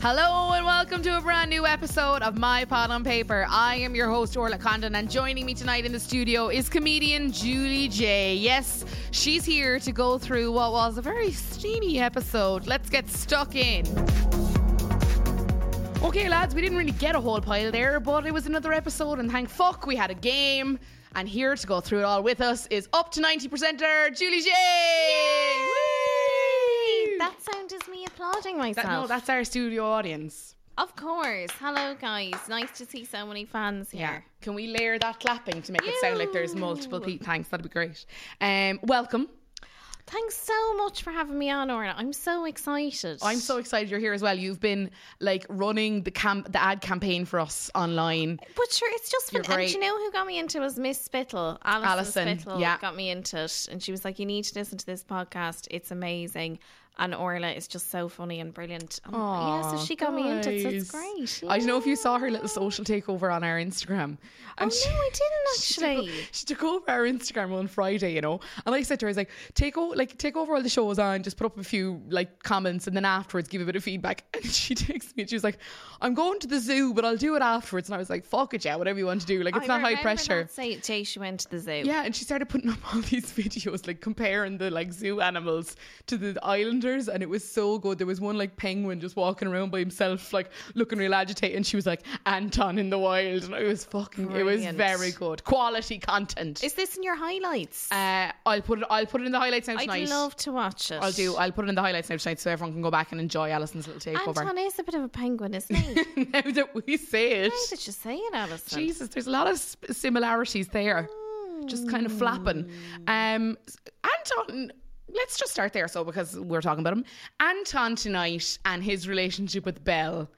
Hello and welcome to a brand new episode of My Pod on Paper. I am your host Orla Condon, and joining me tonight in the studio is comedian Julie J. Yes, she's here to go through what was a very steamy episode. Let's get stuck in. Okay, lads, we didn't really get a whole pile there, but it was another episode, and thank fuck we had a game. And here to go through it all with us is up to 90%er Julie J. Woo! That sound is me applauding myself. That- no, that's our studio audience. of course. Hello, guys. Nice to see so many fans here. Yeah. Can we layer that clapping to make it sound like there's multiple Ew. people? Thanks, that'd be great. Um, welcome. Thanks so much for having me on, Orla. I'm so excited. I'm so excited you're here as well. You've been like running the camp, the ad campaign for us online. But sure, it's just You're fun. And great. do you know who got me into it was Miss Spittle, Alison, Alison, Spittle. yeah. got me into it, and she was like, "You need to listen to this podcast. It's amazing." And Orla is just so funny and brilliant. And yeah, so Aw, she got me into it. So it's guys. great. I don't know if you saw her Yeah. little social takeover on our Instagram. Oh no, I she didn't took, actually. she took over our Instagram on Friday, you know, and I said to her, "I was like, take over, like, take over all the shows on, just put up a few like comments, and then afterwards give a bit of feedback." And she texted me, and she was like, "I'm going to the zoo, but I'll do it afterwards." And I was like, "Fuck it, yeah, whatever you want to do, like, it's I not high remember pressure." That say, day she went to the zoo. Yeah, and she started putting up all these videos, like comparing the like zoo animals to the islanders, and it was so good. There was one like penguin just walking around by himself, like looking real agitated, and she was like Anton in the wild, and it was fucking, it was Brilliant. very good quality content. Is this in your highlights? uh, I'll put it. I'll put it in the highlights now I'd tonight. love to watch it. I'll do. I'll put it in the highlights now tonight, so everyone can go back and enjoy Alison's little takeover. Anton is a bit of a penguin, isn't he? Why now that we say it, did you say it, Alison? Jesus, there's a lot of sp- similarities there. Just kind of flapping. Um, s- Anton, let's just start there. So, because we're talking about him, Anton tonight and his relationship with Belle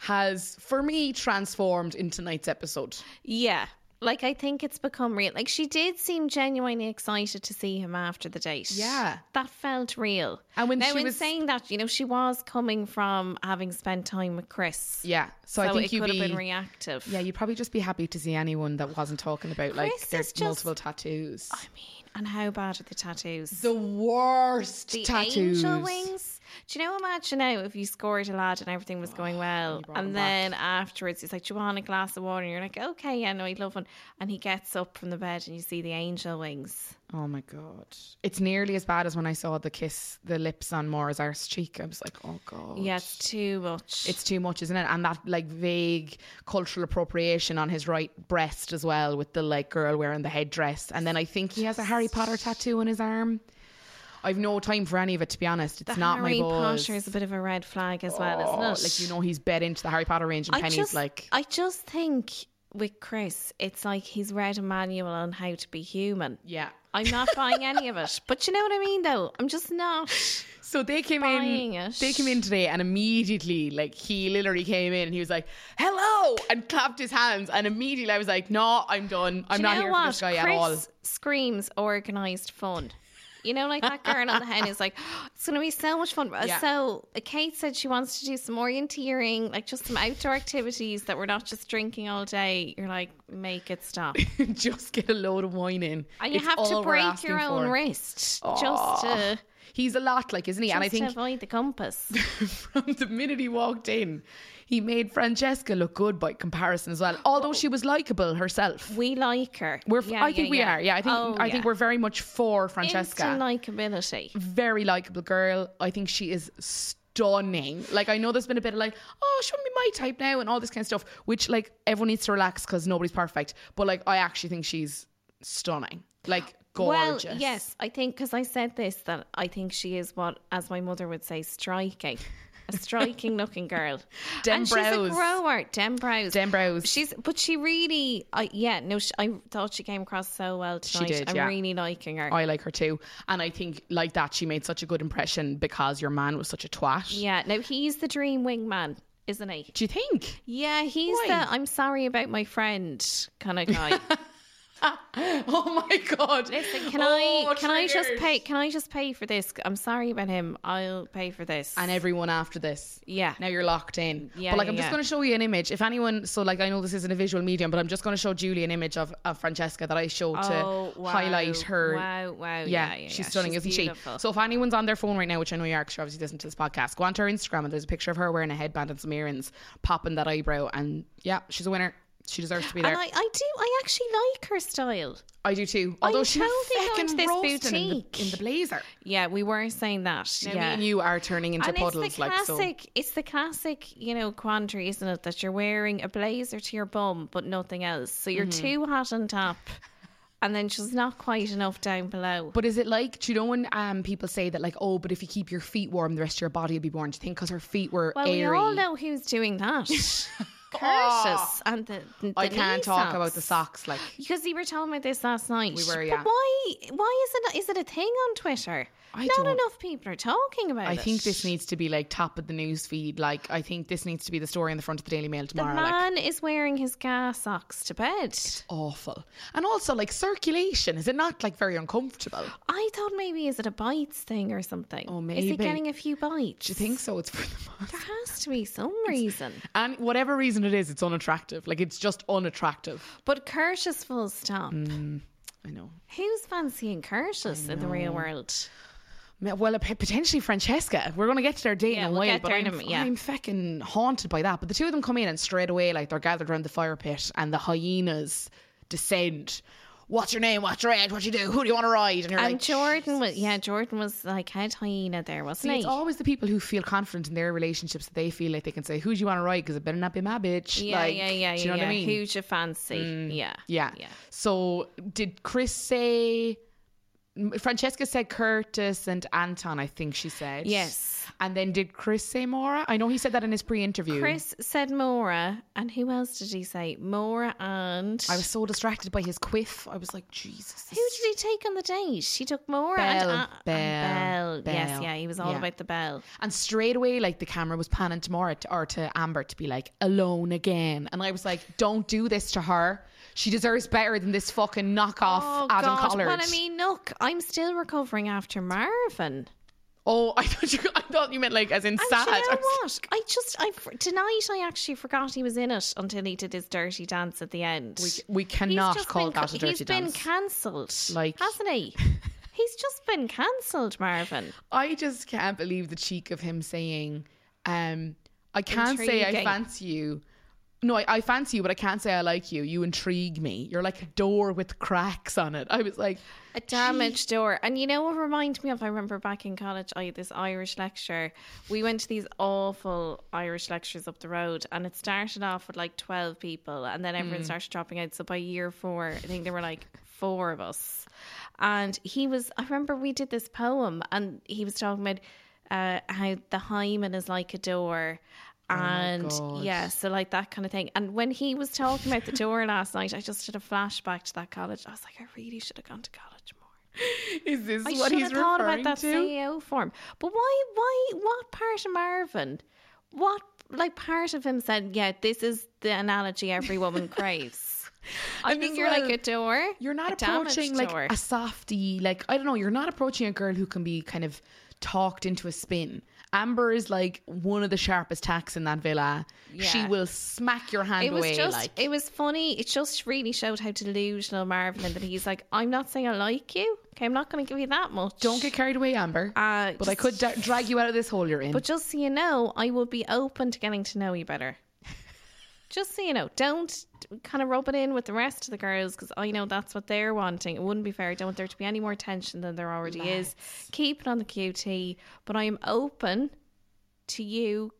has, for me, transformed in tonight's episode. Yeah. Like I think it's become real. Like she did seem genuinely excited to see him after the date. Yeah. That felt real. And when now she in was- saying that, you know, she was coming from having spent time with Chris. Yeah. So, So I think it you'd could be. have been reactive. yeah, you'd probably just be happy to see anyone that wasn't talking about like Chris their is just- multiple tattoos. I mean, and how bad are the tattoos? The worst the tattoos. angel wings. Do you know? Imagine now if you scored a lad and everything was going well, Oh, brought him and then afterwards he's like, "Do you want a glass of water?" And you're like, "Okay, yeah, no, I'd love one." And he gets up from the bed and you see the angel wings. Oh my god. It's nearly as bad as when I saw the kiss, the lips on Maura's arse cheek. I was like, oh god. Yeah, it's too much. It's too much, isn't it? And that like vague cultural appropriation on his right breast as well, with the like girl wearing the headdress. And then I think he has a Harry Potter tattoo on his arm. I've no time for any of it, to be honest. It's the not Harry my buzz. Potter is a bit of a red flag as well, Oh, isn't it? like you know, he's bet into the Harry Potter range, and I Penny's just, like, I just think with Chris, it's like he's read a manual on how to be human. yeah. I'm not buying any of it, but you know what I mean, though. I'm just not. So they came Buying in. it. They came in today, and immediately, like he literally came in, and he was like, "Hello," and clapped his hands, and immediately I was like, "No, I'm done. I'm Do not you know here for this guy Chris at all." Screams organized fun. You know, like that girl on the hen is like, "Oh, it's going to be so much fun. Yeah. So uh, Kate said she wants to do some orienteering, like just some outdoor activities that we're not just drinking all day. You're like, make it stop. Just get a load of wine in, And you It's have all to we're break asking your own for. wrist just Aw. to. He's a lot, like, isn't he? and I just to think avoid the compass. from the minute he walked in, he made Francesca look good by comparison as well. Although she was likable herself, We like her. we're. Yeah, I think yeah, we yeah. are. Yeah, I think Oh, I think yeah. we're very much for Francesca. Instant likability. very likable girl. I think she is stunning. Like I know there's been a bit of like, oh, she wouldn't be my type now and all this kind of stuff, which like everyone needs to relax because nobody's perfect. But like I actually think she's stunning. Like gorgeous. Well, yes, I think because I said this that I think she is what, as my mother would say, striking. A striking looking girl. Dem and brows. she's a grower. Dem brows. Dem brows. She's, but she really, I, yeah, no, she, I thought she came across so well tonight. did, I'm yeah. really liking her. I like her too. And I think like that she made such a good impression because your man was such a twat. yeah, now he's the dream wingman, isn't he? Do you think? Yeah, he's Why? the I'm sorry about my friend kind of guy. oh my god! Listen, can Oh, I can I just triggered. pay can I just pay for this? I'm sorry about him. I'll pay for this. And everyone after this. yeah. Now you're locked in. Yeah, but like, yeah, I'm just yeah. going to show you an image. If anyone, so like, I know this isn't a visual medium, but I'm just going to show Julie an image of, of Francesca that I showed to Oh, wow, highlight her. Wow, wow, Yeah, yeah, yeah, she's yeah. stunning, isn't beautiful. she? So if anyone's on their phone right now, which I know you are, 'cause you're obviously listening to this podcast, go onto her Instagram and there's a picture of her wearing a headband and some earrings, popping that eyebrow, and yeah, she's a winner. She deserves to be there. And I, I do, I actually like her style. I, do too. Although she's totally going to fucking this roasting in the, boutique. in the blazer. Yeah, we were saying that. Now me yeah. and you are turning into and puddles, it's the like classic, so. it's the classic, you know, quandary, isn't it? That you're wearing a blazer to your bum, but nothing else. So you're Mm-hmm. too hot on top, and then just not quite enough down below. But is it like, do you know when um, people say that, like, oh, but if you keep your feet warm, the rest of your body will be warm? Do you think because her feet were Well, airy? we all know who's doing that. Curtis and the, the I can't knee talk about socks. the socks. Like, Because you were talking about this last night. We were, But yeah. why? Why is it? Is it a thing on Twitter? I Not don't- enough people are talking about I it. think this needs to be like top of the news feed. Like, I think this needs to be the story on the front of the Daily Mail The tomorrow. like, man is wearing his gas socks to bed. awful. And also, like, circulation. Is it not like very uncomfortable? I thought maybe is it a bites thing or something? Oh, Is maybe. he getting a few bites? Do you think so? It's for the month. There has to be some reason. And whatever reason it is, it's unattractive. Like, it's just unattractive. But Curtis, full stop. Mm. I know. Who's fancying Curtis in the real world? Ma- Well, p- potentially Francesca. We're going to get to their date in Yeah, a we'll while, get but there I'm, in a minute, yeah. I'm fucking haunted by that. But the two of them come in and straight away, like they're gathered around the fire pit, and the hyenas descend. What's your name? What's your age? What you do? Who do you want to ride? And you're And like, Jordan was yeah, Jordan was like head hyena there, wasn't See, he? it's always the people who feel confident in their relationships that they feel like they can say, "Who do you want to ride?" Because it better not be my bitch. yeah, Like, yeah, yeah, Do you know yeah. what I mean? Mm. Who's your fancy? Yeah, yeah. yeah. So did Chris say? Francesca said Curtis and Anton. I think she said Yes. And then did Chris say Maura? I know he said that in his pre-interview. Chris said Mora, and who else did he say? Mora and I was so distracted by his quiff. I was like, Jesus. who did he take on the date? She took Mora and, Bell, uh, Bell, and Bell. Yes, Bell. yeah, he was all Yeah. about the bell. And straight away, like the camera was panning to Maura to, or to Amber to be like, alone again. And I was like, don't do this to her. She deserves better than this fucking knockoff Adam Collard. Well, Oh, I mean, look, I'm still recovering after Marvin. oh, I thought you, I thought you meant like as in sad. And you I know was- what? I just I f- tonight I actually forgot he was in it until he did his dirty dance at the end. we cannot just call been, that a dirty He's been dance. cancelled, Like- hasn't he? he's just been cancelled, Marvin. I just can't believe the cheek of him saying, um, I can't say I Intriguing. fancy you. No, I, I fancy you, but I can't say I like you. You intrigue me. You're like a door with cracks on it. I was like, A damaged door. And you know what reminded me of? I remember back in college, I had this Irish lecture. We went to these awful Irish lectures up the road, and it started off with like 12 people, and then everyone started dropping out. So by year four, I think there were like four of us. And he was, I remember we did this poem, and he was talking about uh, how the hymen is like a door. And God. yeah, so like that kind of thing. And when he was talking about the door last night, I just had a flashback to that college. I was like, I really should have gone to college more. is this I what should he's have thought referring about that to? CEO form. But why? Why? What part of Marvin? What like part of him said? Yeah, this is the analogy every woman craves. I And think as you're well, like a door. You're not a damaged approaching like door. a softy, like I don't know. You're not approaching a girl who can be kind of talked into a spin. Amber is like one of the sharpest tacks in that villa. She Yeah. will smack your hand It was away. just, like it was funny. It just really showed how delusional Marvin and that he's like, I'm not saying I like you. Okay, I'm not going to give you that much. don't get carried away, Amber. Uh, but I just- could da- drag you out of this hole you're in. But just so you know, I will be open to getting to know you better. just so you know, don't kind of rub it in with the rest of the girls because I know that's what they're wanting. It wouldn't be fair. I don't want there to be any more tension than there already is. Keep it on the QT, but I am open to you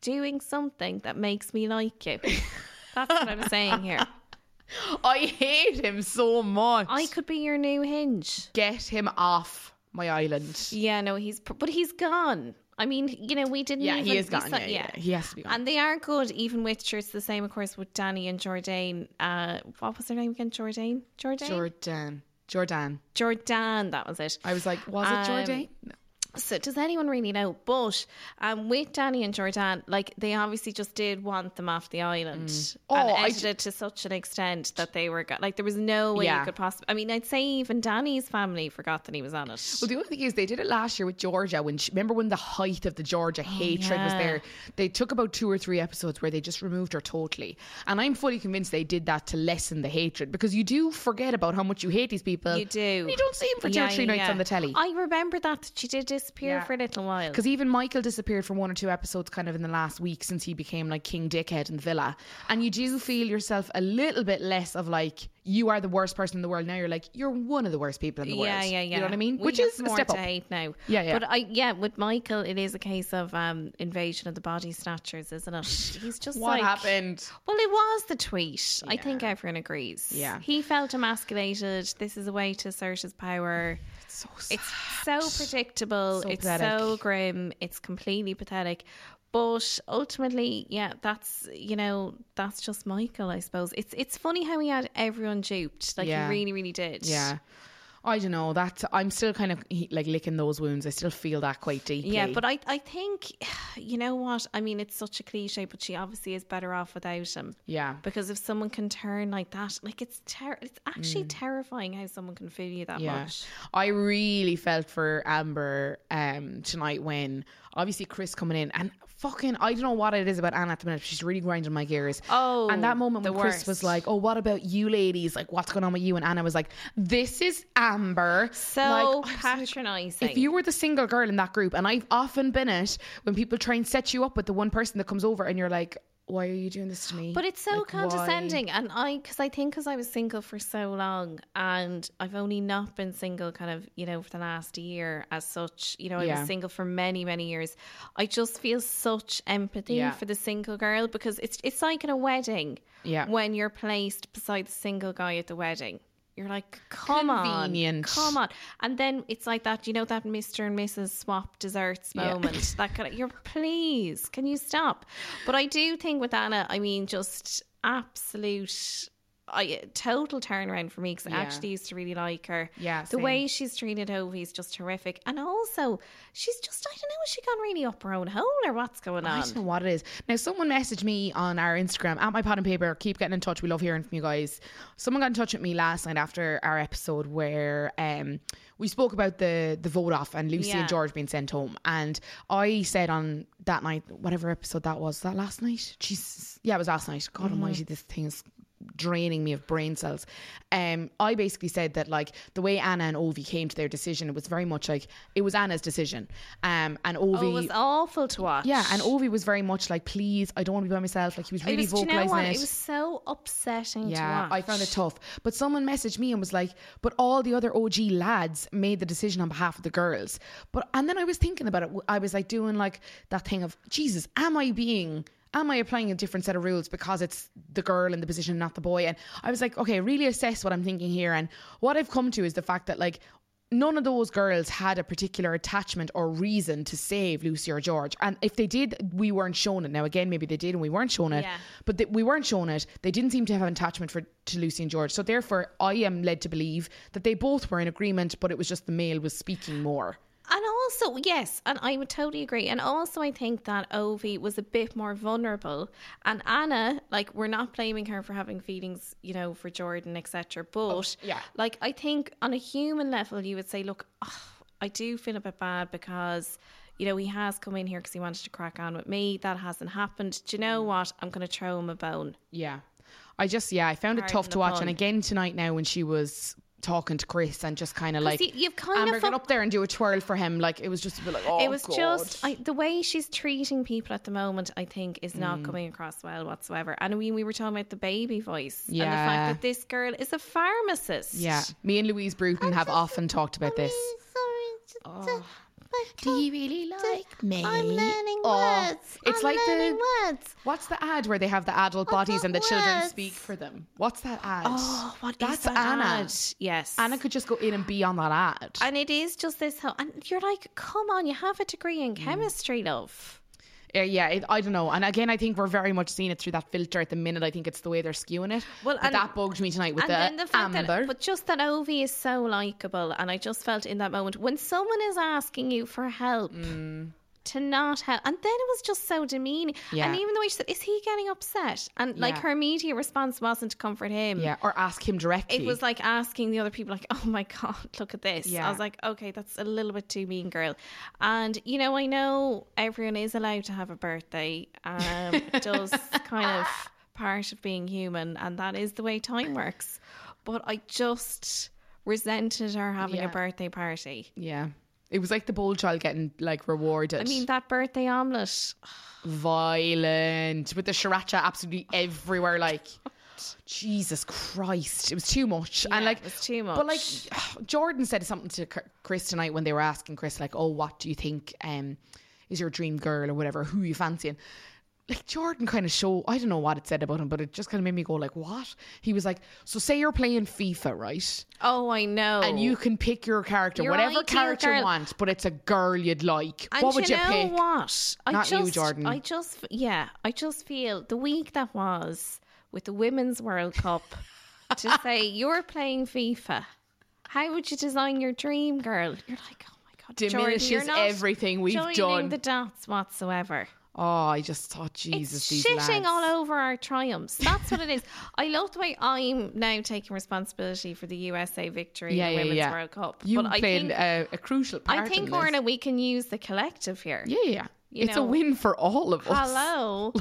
doing something that makes me like you. That's what I'm saying here. I hate him so much. I could be your new hinge. get him off my island. Yeah, no, he's pr- but he's gone. I mean, you know, we didn't. Yeah, even, he is we gone. saw- Yeah, yeah, yeah. he has to be gone. And they are good, even with shirts. The same, of course, with Danny and Jordan. Uh, what was their name again? Jordan? Jordan? Jordan, Jordan. Jordan, that was it. I was like, was it Um, Jordan? So does anyone really know? But um, with Danny and Jordan, like they obviously just did want them off the island and Oh, I edited d- it to such an extent that they were go- like there was no way Yeah. you could possibly. I mean, I'd say even Danny's family forgot that he was on it. Well, the only thing is, they did it last year with Georgia. When she, remember when the height of the Georgia hatred was Oh, yeah. there, they took about two or three episodes where they just removed her totally. And I'm fully convinced they did that to lessen the hatred because you do forget about how much you hate these people. you do. You don't see them for two Yeah, or three yeah, nights yeah. on the telly. I remember that that she did disappear Yeah. for a little while. Because even Michael disappeared from one or two episodes kind of in the last week since he became like King Dickhead in the villa. And you do feel yourself a little bit less of like, you are the worst person in the world. Now you're like, you're one of the worst people in the yeah, world. yeah, yeah. You know what I mean? We Which have is a more step to up. hate now. Yeah, yeah. But I, yeah, with Michael, it is a case of um, invasion of the body snatchers, isn't it? He's just What like, happened? Well, it was the tweet. I think everyone agrees. Yeah. he felt emasculated. This is a way to assert his power. So It's so predictable. So it's pathetic. so grim. It's completely pathetic. But ultimately, yeah, that's you know that's just Michael, I suppose. It's it's funny how he had everyone duped. Like Yeah. he really, really did. Yeah. I don't know. That's I'm still kind of he- like licking those wounds. I still feel that quite deeply. Yeah, but I, I think, you know what? I mean, it's such a cliche, but she obviously is better off without him. yeah, Because if someone can turn like that, like it's ter- it's actually terrifying how someone can feel you that Mm. yeah. much. I really felt for Amber um, tonight when obviously Chris coming in and fucking I don't know what it is about Anna at the minute. but She's really grinding my gears. Oh, and that moment the when Chris was worst. like, "Oh, what about you, ladies? Like, what's going on with you?" and Anna was like, "This is Amber." So Like, I was like, patronizing. If you were the single girl in that group, and I've often been it, when people try and set you up with the one person that comes over, and you're like, "Why are you doing this to me?" But it's so Like, why? condescending. And I, because I think because I was single for so long and I've only not been single kind of, you know, for the last year as such, you know, I Yeah. was single for many, many years. I just feel such empathy Yeah. for the single girl because it's, it's like in a wedding Yeah. when you're placed beside the single guy at the wedding. You're like, come Convenient. on, come on, and then it's like that. You know that Mister and Mrs. Swap desserts Yeah. moment. that kind of. You're please, can you stop? But I do think with Anna, I mean, just absolute, I total turnaround for me because Yeah. I actually used to really like her. Yeah, the way she's treated Ovi is just terrific, and also she's just I don't know, has she gone really up her own hole or what's going I on? don't know what it is. Now, someone messaged me on our Instagram at my pad and paper. Keep getting in touch. We love hearing from you guys. Someone got in touch with me last night after our episode where um, we spoke about the the vote off and Lucy Yeah. and George being sent home. And I said on that night, whatever episode that was, was that last night. Jesus, yeah, it was last night. God Mm-hmm. Almighty, this thing is draining me of brain cells. Um, I basically said that like the way Anna and Ovi came to their decision, it was very much like it was Anna's decision. Um, and Ovi Oh, it was awful to watch. yeah, and Ovi was very much like, please, I don't want to be by myself. Like he was It really was- do you know vocalizing what? it. It was so upsetting yeah, to watch. I found it tough. But someone messaged me and was like, but all the other OG lads made the decision on behalf of the girls. But and then I was thinking about it. I was like doing like that thing of Jesus, am I being am I applying a different set of rules because it's the girl in the position, not the boy? And I was like, okay, really assess what I'm thinking here. And what I've come to is the fact that like none of those girls had a particular attachment or reason to save Lucy or George. And if they did, we weren't shown it. Now, again, maybe they did and we weren't shown it, Yeah. but th- we weren't shown it. They didn't seem to have an attachment for to Lucy and George. So therefore, I am led to believe that they both were in agreement, but it was just the male was speaking more. And also, yes, and I would totally agree. And also, I think that Ovi was a bit more vulnerable. And Anna, like, we're not blaming her for having feelings, you know, for Jordan, etc. But, Oh, yeah. like, I think on a human level, you would say, look, oh, I do feel a bit bad because, you know, he has come in here because he wanted to crack on with me. That hasn't happened. Do you Mm. know what? I'm going to throw him a bone. Yeah. I just, yeah, I found it Pardon tough the to watch. pun. And again, tonight now when she was talking to Chris and just kind of like, you- you've kind of Amber, get felt- up there and do a twirl for him. Like, it was just a bit like, oh, it was God. just I, the way she's treating people at the moment. I think is not Mm. coming across well whatsoever. And I mean, we were talking about the baby voice and the Yeah. fact that this girl is a pharmacist. Yeah, me and Louise Bruton have often talked about this. Oh. Sorry, to, Do you really like me? I'm learning Oh, words. It's I'm like learning the words. what's the ad where they have the adult bodies and the got children words. speak for them? What's that ad? Oh, what is That's that Anna. ad? Yes, Anna could just go in and be on that ad. Mm. and it is just this. Whole, and you're like, come on, you have a degree in chemistry, love. Uh, yeah, it, I don't know. And again, I think we're very much seeing it through that filter at the minute. I think it's the way they're skewing it. Well, But and- that bugged me tonight with and then the fact amber. that, but just that Ovi is so likable, and I just felt in that moment when someone is asking you for help Mm. to not help, and then it was just so demeaning. Yeah. And even the way she said, "Is he getting upset?" and like Yeah. her immediate response wasn't to comfort him. yeah, or ask him directly. It was like asking the other people, like, "Oh my god, look at this." Yeah. I was like, "Okay, that's a little bit too mean, girl." And you know, I know everyone is allowed to have a birthday. Um, it does kind of part of being human, and that is the way time works. But I just resented her having Yeah. a birthday party. yeah. It was like the bold child getting like rewarded. I mean, that birthday omelette. violent with the sriracha absolutely everywhere. Like, Jesus Christ, it was too much. and Yeah, like, it was too much. But like, Jordan said something to Chr- Chris tonight when they were asking Chris, like, "Oh, what do you think um, is your dream girl or whatever? Who you fancying?" Like Jordan kind of show, I don't know what it said about him, but it just kind of made me go like, "What?" He was like, "So say you're playing FIFA, right? Oh, I know. And you can pick your character, Your whatever ideal character you girl. want, but it's a girl you'd like. And what would you, know pick?" What? I Not you, just, Jordan. I just, yeah, I just feel the week that was with the Women's World Cup to say you're playing FIFA. How would you design your dream girl? You're like, oh my god, Diminishes Jordan, you're not everything we've joining done. the dots whatsoever. Oh, I just thought, Jesus, it's these shitting lads. all over our triumphs. That's what it is. I love the way I'm now taking responsibility for the USA victory Yeah, in the yeah, Women's yeah. World Cup. You but I played think, a, a crucial part. I think, in this. Orna, we can use the collective here. Yeah, yeah. you it's a know, win for all of us. Hello.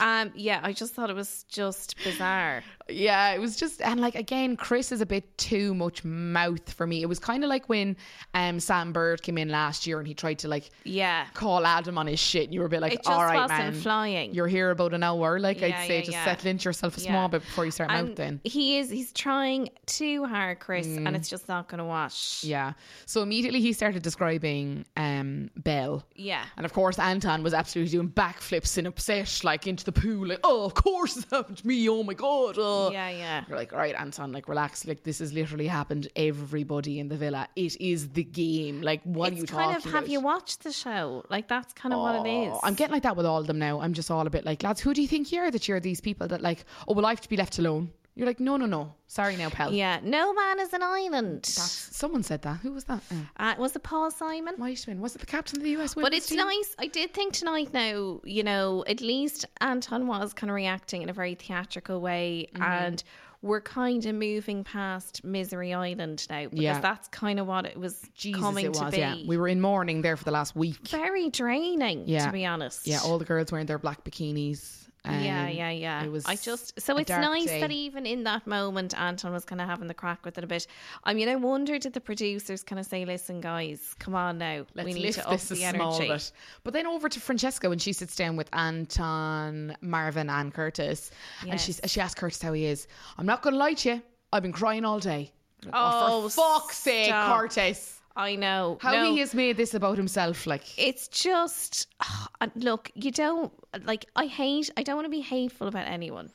um, yeah, I just thought it was just bizarre. Yeah, it was just and like again, Chris is a bit too much mouth for me. It was kind of like when um Sam Bird came in last year and he tried to like Yeah. call Adam on his shit. And you were a bit like, It just all right, wasn't man, flying. you're here about an hour. Like Yeah, I'd say, yeah, just yeah. settle into yourself a Yeah. small bit before you start And mouthing. He is he's trying too hard, Chris, and it's just not gonna wash. Mm. Yeah. So immediately he started describing um Belle. Yeah. And of course, Anton was absolutely doing backflips and upset, like into the pool, like, oh, of course it happened to me. Oh my God. Oh. Yeah, yeah. You're like, all right, Anton, like, relax. Like, this has literally happened to everybody in the villa. It is the game. Like, what are you It's talking kind of have about? you watched the show? Like that's kind of what it is. Oh, I'm getting like that with all of them now. I'm just all a bit like, lads, who do you think you are that you're these people that, like, oh, well, I have to be left alone? You're like, no, no, no. Sorry now, pal. Yeah. No man is an island. Someone said that. Who was that? Uh, Uh, was it Paul Simon? might have been. Was it the captain of the US But women's it's team? nice. I did think tonight, now, you know, at least Anton was kind of reacting in a very theatrical way. Mm-hmm. And we're kind of moving past Misery Island now because Yeah. that's kind of what it was Jesus, coming it was, to be. yeah. We were in mourning there for the last week. very draining, Yeah. to be honest. Yeah, all the girls wearing their black bikinis. Um, yeah, yeah, yeah. it was I just so a it's dark nice day. that even in that moment, Anton was kind of having the crack with it a bit. I mean, I wonder did the producers kind of say, "Listen, guys, come on now, Let's we need lift to up this the a small energy." bit. But then over to Francesca when she sits down with Anton, Marvin, and Curtis, and she she asks Curtis how he is. I'm not going to lie to you. I've been crying all day. Oh, for fuck's sake, stop. Curtis! I know How no. he has made this about himself, like. it's just and look you don't like i hate i don't want to be hateful about anyone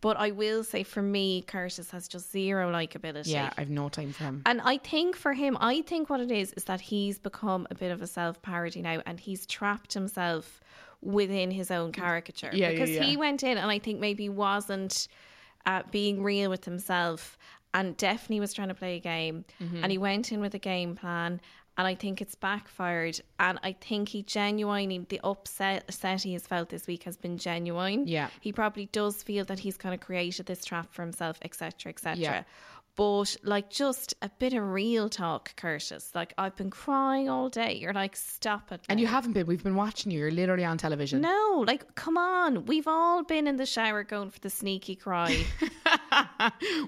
but i will say for me curtis has just zero likability Yeah, I've no time for him. and i think for him i think what it is is that he's become a bit of a self-parody now and he's trapped himself within his own caricature Yeah, yeah, because he yeah. went in and i think maybe wasn't uh, being real with himself and definitely was trying to play a game Mm-hmm. and he went in with a game plan and I think it's backfired and I think he genuinely the upset upset he has felt this week has been genuine. Yeah. He probably does feel that he's kind of created this trap for himself, etc. etc. Yeah. But like just a bit of real talk, Curtis. Like I've been crying all day. You're like, stop it. And now. you haven't been. We've been watching you. You're literally on television. No, like, come on. We've all been in the shower going for the sneaky cry.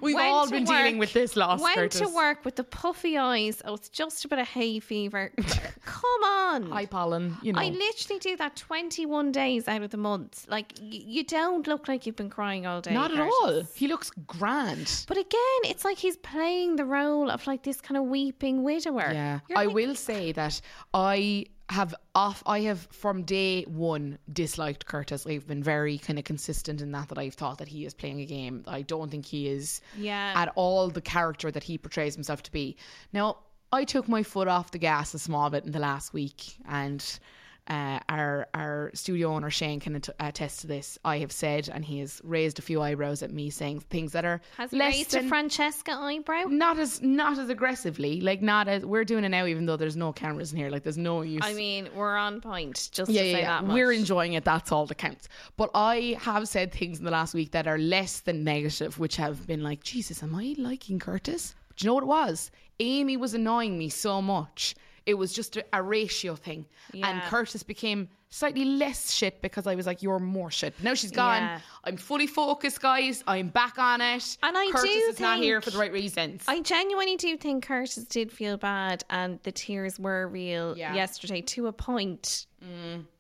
We've Went all to been dealing work- with this loss, Went Curtis. to work with the puffy eyes. Oh, it's just a bit of hay fever. come on. Hi, pollen. You know. I literally do that 21 days out of the month. Like, y- you don't look like you've been crying all day. Not at Curtis. all. He looks grand. But again, it's like he's playing the role of like this kind of weeping widower. Yeah, You're I like, will say that I have off. I have from day one disliked Curtis. I've been very kind of consistent in that. That I've thought that he is playing a game. I don't think he is. Yeah. At all the character that he portrays himself to be. Now I took my foot off the gas a small bit in the last week and. Uh, our our studio owner Shane can att- attest to this. I have said, and he has raised a few eyebrows at me saying things that are Has less raised than a Francesca eyebrow? not as not as aggressively. Like not as we're doing it now, even though there's no cameras in here. Like there's no use. I mean, we're on point. Just to say that much. We're enjoying it. That's all that counts. But I have said things in the last week that are less than negative, which have been like, Jesus, am I liking Curtis? Do you know what it was? Amy was annoying me so much. It was just a, a ratio thing. And Yeah. Curtis became slightly less shit because I was like, you're more shit. But now she's gone. Yeah. I'm fully focused, guys. I'm back on it. And I Curtis do is not here think- for the right reasons. I genuinely do think Curtis did feel bad and the tears were real Yeah. Mm. yesterday to a point.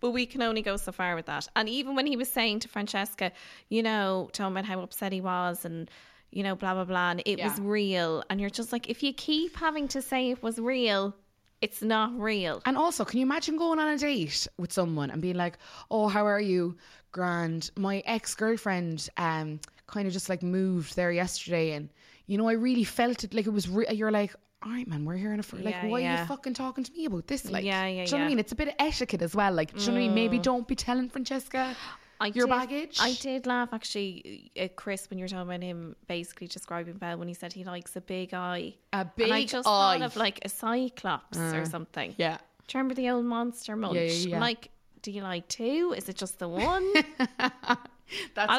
But we can only go so far with that. And even when he was saying to Francesca, you know, talking about how upset he was and, you know, blah, blah, blah, and it was Yeah. real. And you're just like, if you keep having to say it was real, it's not real. And also, can you imagine going on a date with someone and being like, "Oh, how are you, grand? My ex girlfriend um kind of just like moved there yesterday, and you know, I really felt it like it was. Re-. You're like, all right, man, we're here in a fr- like, Yeah, why are yeah. you fucking talking to me about this? Like, Yeah, yeah, do you know what I yeah. Mm. mean? It's a bit of etiquette as well. Like, do you know what I mean? Maybe don't be telling Francesca I your did- baggage. I did laugh actually uh, at Chris when you were talking about him basically describing Bell when he said he likes a big eye. A and I big just eye. Mm. thought of like a cyclops or something. Yeah. Do you remember the old monster munch? yeah, yeah. Like, do you like two? Is it just the one? That's I,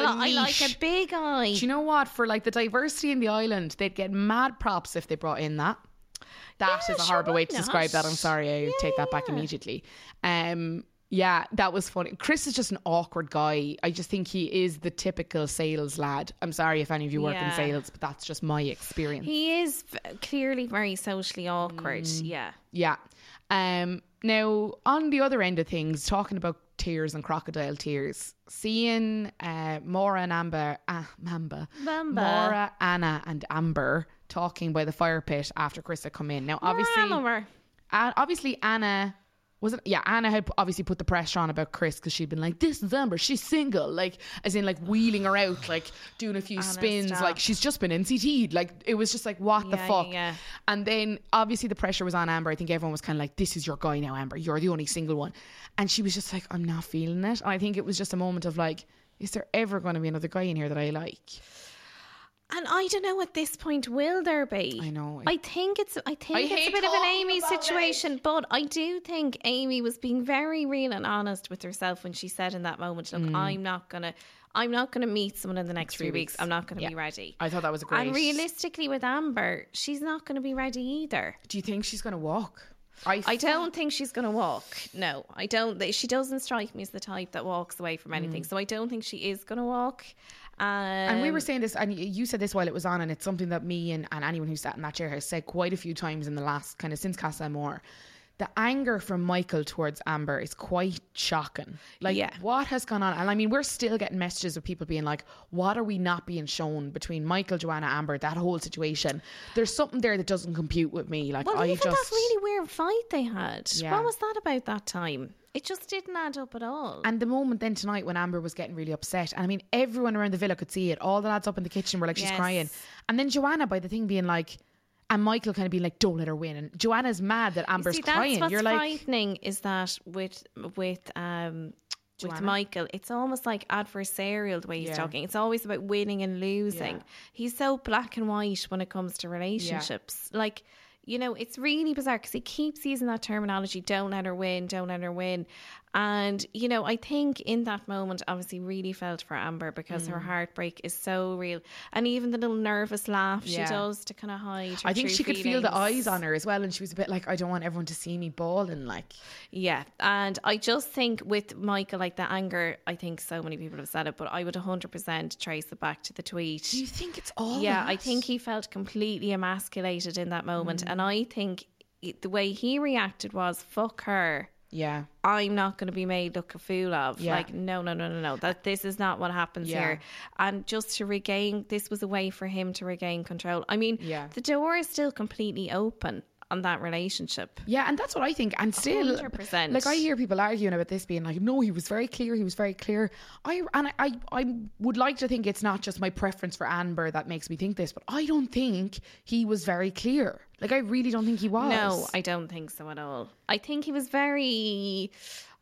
a li- I like niche. a big eye. Do you know what? For like the diversity in the island, they'd get mad props if they brought in that. That is Yeah, a sure, horrible why way to not? describe that. I'm sorry. I take that back immediately. Um, yeah, that was funny. Chris is just an awkward guy. I just think he is the typical sales lad. I'm sorry if any of you work in Yeah. sales, but that's just my experience. he is v- clearly very socially awkward. Mm. Yeah. Yeah. Um now on the other end of things, talking about tears and crocodile tears, seeing uh Maura and Amber ah Mamba. Mamba. Maura, Anna and Amber talking by the fire pit after Chris had come in. Now obviously Oliver. and obviously Anna wasn't yeah Anna had obviously put the pressure on about Chris because she'd been like this is Amber she's single like as in like wheeling her out like doing a few spins stop. like she's just been NCT'd like it was just like what the Yeah, yeah, fuck yeah. and then obviously the pressure was on Amber I think everyone was kind of like this is your guy now Amber you're the only single one and she was just like I'm not feeling it and I think it was just a moment of like is there ever going to be another guy in here that I like And I don't know at this point will there be? I know. I think it's I think I it's hate a bit of an talking Amy about it. situation, but I do think Amy was being very real and honest with herself when she said in that moment, Mm. "Look, I'm not gonna, I'm not gonna meet someone in the next few weeks. I'm not gonna be ready." I thought that was a great And realistically, with Amber, she's not going to be ready either. do you think she's going to walk I, I don't think she's going to walk. No, I don't. She doesn't strike me as the type that walks away from anything. So I don't think she is going to walk. Um, Mm. And we were saying this, and y- you said this while it was on, and it's something that me and, and anyone who sat in that chair has said quite a few times in the last kind of since Casa More. The anger from Michael towards Amber is quite shocking. Like, Yeah. what has gone on? And I mean, we're still getting messages of people being like, what are we not being shown between Michael, Joanna, Amber, that whole situation? There's something there that doesn't compute with me. Like, well, I even just. that really weird fight they had. Yeah. What was that about that time? It just didn't add up at all. And the moment then tonight when Amber was getting really upset, and I mean everyone around the villa could see it. All the lads up in the kitchen were like, she's Yes. crying, and then Joanna by the thing being like, and Michael kind of being like, don't let her win, and Joanna's mad that Amber's See, that's crying. what's You're like, frightening is that with with um with Joanna? Michael, it's almost like adversarial the way he's Yeah. talking. It's always about winning and losing. Yeah. He's so black and white when it comes to relationships. Like. You know, it's really bizarre because he keeps using that terminology, don't let her win, don't let her win. And, you know, I think in that moment, obviously, really felt for Amber because Mm. her heartbreak is so real. And even the little nervous laugh Yeah. she does to kind of hide her I think true she could feel the eyes feelings. on her as well, and she was a bit like, I don't want everyone to see me bawling. Like, Yeah, and I just think with Michael, like the anger, I think so many people have said it, but I would 100% trace it back to the do you tweet. think it's all? Yeah, that? Mm. I think he felt completely emasculated in that moment, and I think it, the way he reacted was "fuck her." Yeah, I'm not going to be made look a fool of. Yeah. Like, no, no, no, no, no. That this is not what happens Yeah. here. And just to regain, this was a way for him to regain control. I mean, Yeah. the door is still completely open on that relationship. Yeah, and that's what I think. And still, 100%. like I hear people arguing about this being like, no, he was very clear. He was very clear. I and I, I, I would like to think it's not just my preference for Amber that makes me think this, but I don't think he was very clear. Like I really don't think he was. No, I don't think so at all. I think he was very.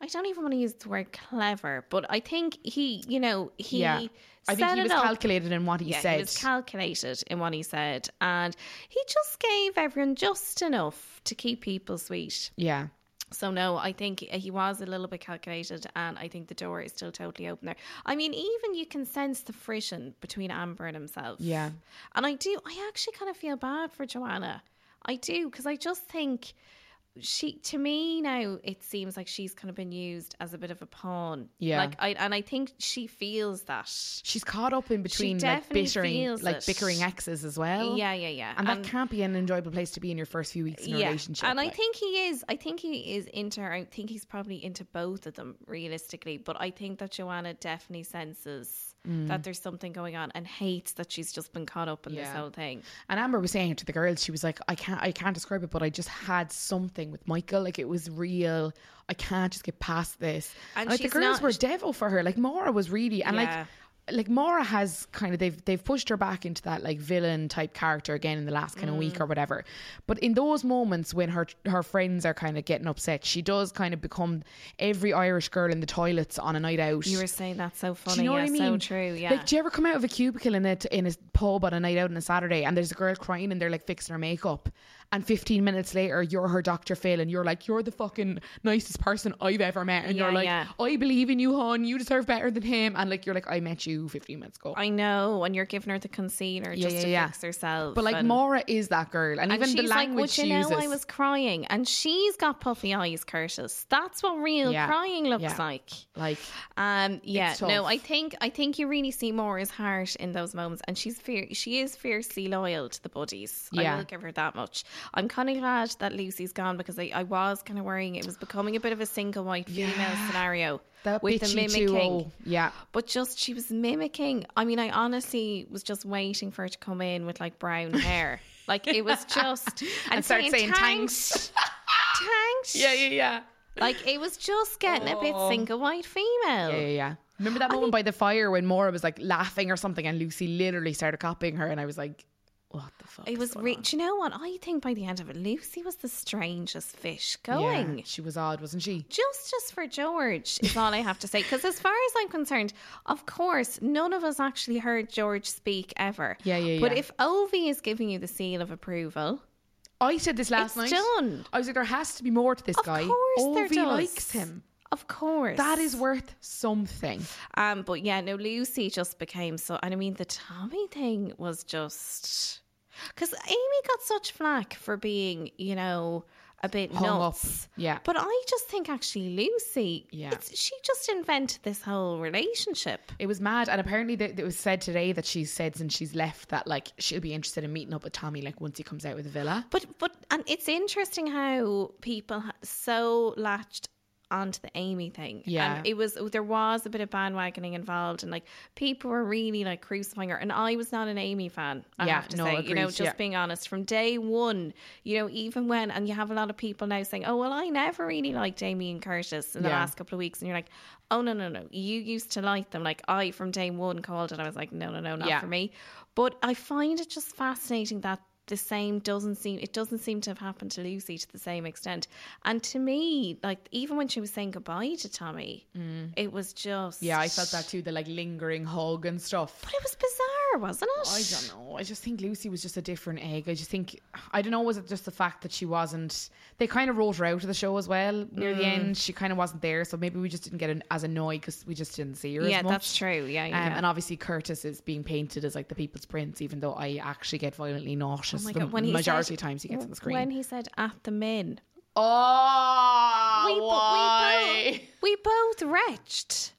I don't even want to use the word clever, but I think he, you know, he Yeah. I think set he it was up- calculated in what he yeah, said. he was calculated in what he said, and he just gave everyone just enough to keep people sweet. yeah. So no, I think he was a little bit calculated, and I think the door is still totally open there. I mean, even you can sense the friction between Amber and himself. Yeah. and I do. I actually kind of feel bad for Joanna. I do because I just think she, to me now, it seems like she's kind of been used as a bit of a pawn. Yeah. like I and I think she feels that. She's caught up in between like definitely bickering, feels like it. bickering exes as well. Yeah, yeah, yeah, And that can't be an enjoyable place to be in your first few weeks in a relationship. And I like. think he is. I think he is into her. I think he's probably into both of them realistically. But I think that Joanna definitely senses that there's something going on and hates that she's just been caught up in this Mm. Yeah. whole thing. And Amber was saying it to the girls. She was like, "I can't, I can't describe it, but I just had something with Michael. Like it was real. I can't just get past this." And, And like the she's girls not- were devil for her. Like Maura was really, and Yeah. like, like Maura has kind of they've they've pushed her back into that like villain type character again in the last kind of Mm. week or whatever. But in those moments when her her friends are kind of getting upset, she does kind of become every Irish girl in the toilets on a night out. You were saying that's so funny. Do you know yeah, what I mean? So true. Yeah. Like, do you ever come out of a cubicle in a in a pub on a night out on a Saturday, and there's a girl crying, and they're like fixing her makeup, and 15 minutes later, you're her Dr. Phil, and you're like, you're the fucking nicest person I've ever met, and you're Yeah, like, yeah. I believe in you, hon. You deserve better than him, and like, you're like, I met you 15 minutes ago. I know, and you're giving her the concealer just yeah, to yeah. fix herself. but like, and, Maura is that girl, and, and even she's the language like, she Would you know uses. I was crying? And she's got puffy eyes, Curtis. That's what real Yeah, crying looks yeah. like. like, Um. Yeah. It's No. tough. I think. I think you really see Maura's heart in those moments, and she's fier- She is fiercely loyal to the buddies. Yeah. I will give her that much. I'm kind of glad that Lucy's gone because I, I was kind of worrying it was becoming a bit of a single white female Yeah. scenario that with the bitchy mimicking. duo. Yeah. But just she was mimicking. I mean, I honestly was just waiting for her to come in with like brown hair. like it was just And start saying tanks. Tanks. Yeah, Oh. yeah, yeah. Like it was just getting a bit single white female. Yeah, yeah, yeah. Remember that moment by the fire when Maura was like laughing or something, and Lucy literally started copying her, and I was like, "What the fuck?" It is was. going Re- on? do you know what? I think by the end of it, Lucy was the strangest fish Yeah, going. she was odd, wasn't she? Just, just for George is all I have to say. Because as far as I'm concerned, of course, none of us actually heard George speak ever. Yeah, yeah, But yeah. if Ovi is giving you the seal of approval, I said this last it's night. done. I was like, there has to be more to this Of guy. course, there Ovi does. likes him. Of course, That is worth something. Um, but yeah, no, Lucy just became so. And I mean, the Tommy thing was just because Amy got such flack for being, you know, a bit Hung up. nuts. Yeah. But I just think actually Lucy, Yeah. it's, she just invented this whole relationship. It was mad, and apparently th- it was said today that she said since she's left that like she'll be interested in meeting up with Tommy like once he comes out with the villa. But but and it's interesting how people ha- so latched onto the Amy thing. Yeah. and it was there was a bit of bandwagoning involved, and like people were really like crucifying her. And I was not an Amy fan. I Yeah, have to no, say, you know, agreed, just yeah. being honest from day one. You know, even when and you have a lot of people now saying, "Oh well, I never really liked Amy and Curtis in the Yeah. last couple of weeks," and you're like, "Oh no no no, you used to like them." Like I from day one called it. I was like, "No no no, not Yeah. for me." But I find it just fascinating that the same doesn't seem it doesn't seem to have happened to Lucy to the same extent. And to me, like even when she was saying goodbye to Tommy, it was just Mm. Yeah, I felt that too. The like lingering hug and stuff. But it was bizarre, wasn't it? I don't know. I just think Lucy was just a different egg. I just think I don't know. Was it just the fact that she wasn't? They kind of wrote her out of the show as well near Mm. the end. She kind of wasn't there, so maybe we just didn't get an, as annoyed because we just didn't see her. Yeah, as much. that's true. Yeah, Um, yeah. yeah. And obviously, Curtis is being painted as like the people's prince, even though I actually get violently nauseous Oh my the God, when he majority said- of times he gets on the screen. when he said at the min, oh, we, bo- we, why? both, we both retched.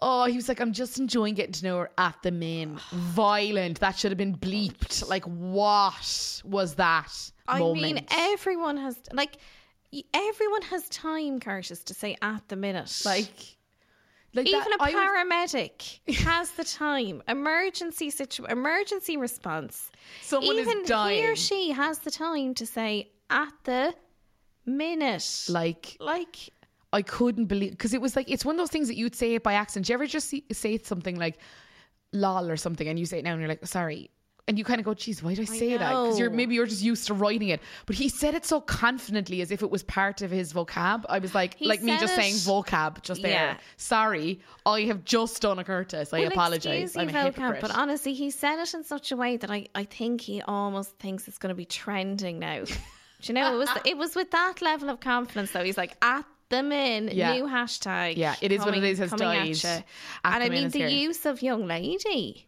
Oh, he was like, I'm just enjoying getting to know her at the main. Violent. That should have been bleeped. Like, what was that I moment? mean, everyone has like y- everyone has time, Curtis, to say at the minute. like, like Even that- a I would- paramedic has the time. Emergency situ- emergency response. Someone is Even he dying. or she has the time to say at the minute. like, Like I couldn't believe because it was like it's one of those things that you'd say it by accident. Do you ever just see, say something like "lol" or something, and you say it now, and you're like, "Sorry, and you kind of go, "Geez, why did I say that?" Because you're know. maybe you're just used to writing it. But he said it so confidently, as if it was part of his vocab. I was like, He like me said just it- saying vocab just there. Yeah. Sorry, I have just done a Curtis. I Well, apologize. excuse I'm a you, Velcro, hypocrite. But honestly, he said it in such a way that I, I think he almost thinks it's going to be trending now. Do you know, it was it was with that level of confidence though. He's like at them in Yeah. new hashtag. Yeah, it is what it is, has coming at died. ya. At And I them in mean is the here. use of young lady.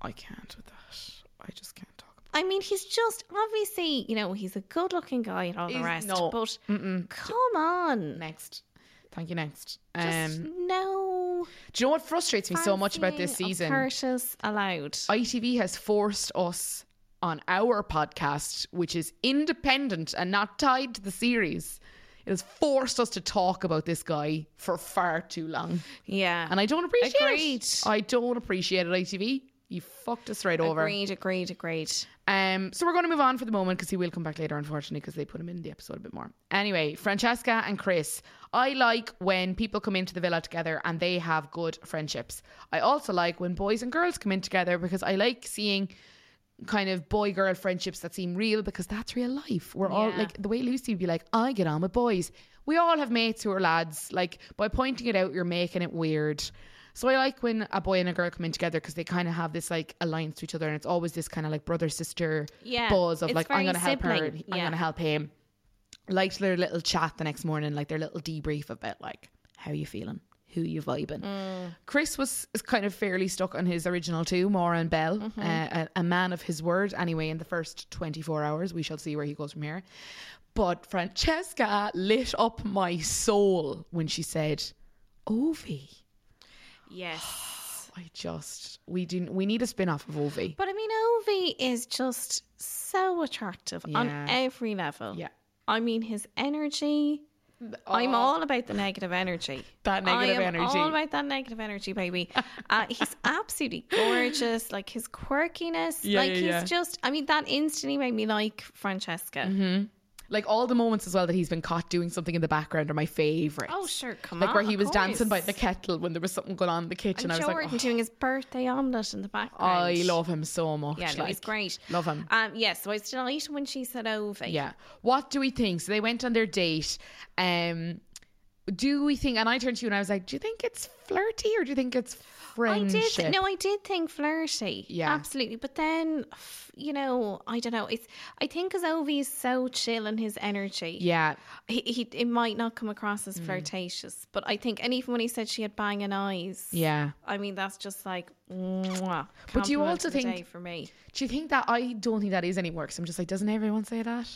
I can't with that. I just can't talk. about I mean, he's just obviously you know he's a good looking guy and all the He's- rest. no. But come on, Next, thank you. Next. just Um, no. do you know what frustrates me so much about this fancying of season? Curtis allowed. ITV has forced us on our podcast, which is independent and not tied to the series. It has forced us to talk about this guy for far too long. yeah, And I don't appreciate Agreed. it. I don't appreciate it, ITV. You fucked us right over. agreed, agreed, agreed. Um, so we're going to move on for the moment because he will come back later, unfortunately, because they put him in the episode a bit more. Anyway, Francesca and Chris. I like when people come into the villa together and they have good friendships. I also like when boys and girls come in together because I like seeing kind of boy girl friendships that seem real because that's real life. We're all Yeah. like the way Lucy would be like, I get on with boys. We all have mates who are lads. Like by pointing it out, you're making it weird. So I like when a boy and a girl come in together because they kind of have this like alliance to each other, and it's always this kind of like brother sister Yeah, buzz of it's like I'm very gonna help her, sibling, I'm yeah. gonna help him. Liked their little chat the next morning, like their little debrief about like how you feeling, who you vibing. Mm. Chris was is kind of fairly stuck on his original two, Maura and Bell, Mm-hmm. uh, a, a man of his word. Anyway, in the first 24 hours, we shall see where he goes from here. But Francesca lit up my soul when she said, "Ovi." Yes. I just we do we need a spin off of Ovi. But I mean, Ovi is just so attractive on Yeah. every level. Yeah. oh. I mean, his energy. I'm all about the negative energy. That negative I am energy. All about that negative energy, baby. Uh, he's absolutely gorgeous. Like his quirkiness. Yeah, like yeah, he's yeah. just. I mean, that instantly made me like Francesca. Mm-hmm. like all the moments as well that he's been caught doing something in the background are my favourite. Oh sure, come like on. where he of was dancing by course. the kettle when there was something going on in the kitchen. And I was Jordan like, oh, doing his birthday omelette in the background. I love him so much. Yeah, no, like, he's great. Love him. Um, yeah, so I was delighted when she said Ovi. Yeah. What do we think? So they went on their date. Um, do we think? And I turned to you and I was like, do you think it's flirty or do you think it's I friendship? did. Th- no, I did think flirty. Yeah. absolutely. But then, f- you know, I don't know. It's. I think because Ovi is so chill in his energy. Yeah. He, he it might not come across Mm. as flirtatious, but I think, and even when he said she had banging eyes. Yeah. I mean, that's just like. Mwah, But do you compliment also of the think- day for me? Do you think that I don't think that is any work? So I'm just like, doesn't everyone say that?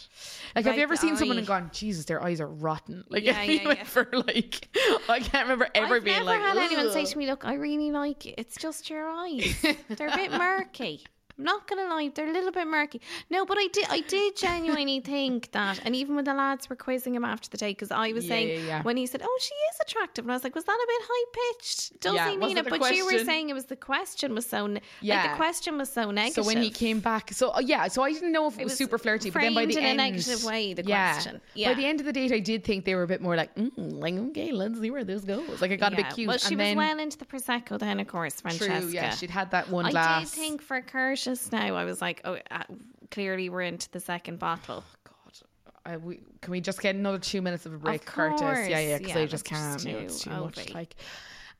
Like, have Right, you ever the seen someone eye. and gone, Jesus, their eyes are rotten? Like, Yeah, yeah, yeah. for like, I can't remember ever I've being never like, had anyone say "Ugh." to me, "Look, I really like it. It's just your eyes. They're a bit murky." I'm not gonna lie, they're a little bit murky. No, but I did, I did genuinely think that, and even when the lads were quizzing him after the day, because I was Yeah, saying yeah, yeah. when he said, "Oh, she is attractive," and I was like, "Was that a bit high pitched? Does Yeah, he was mean it it?" the But you were question? saying it was the question was so, ne- like Yeah. the question was so negative. So when he came back, so uh, yeah, so I didn't know if it, was, was super flirty, but then by framed the in a end, negative way, the question. By Yeah. the end of the date, I did think they were a bit more like, mm, like okay, let's see where this goes. Like it got a Yeah. bit cute. Well, she and was then, well into the prosecco then, of course, Francesca. true, yeah, she'd had that one I glass. did think for Curtis now, I was like, oh, uh, clearly we're into the second bottle. God, I, we, can we just get another two minutes of a break, Curtis? course, Yeah, yeah, because yeah, I just can't. that's no, it's too too much. Ovi. Oh, Like,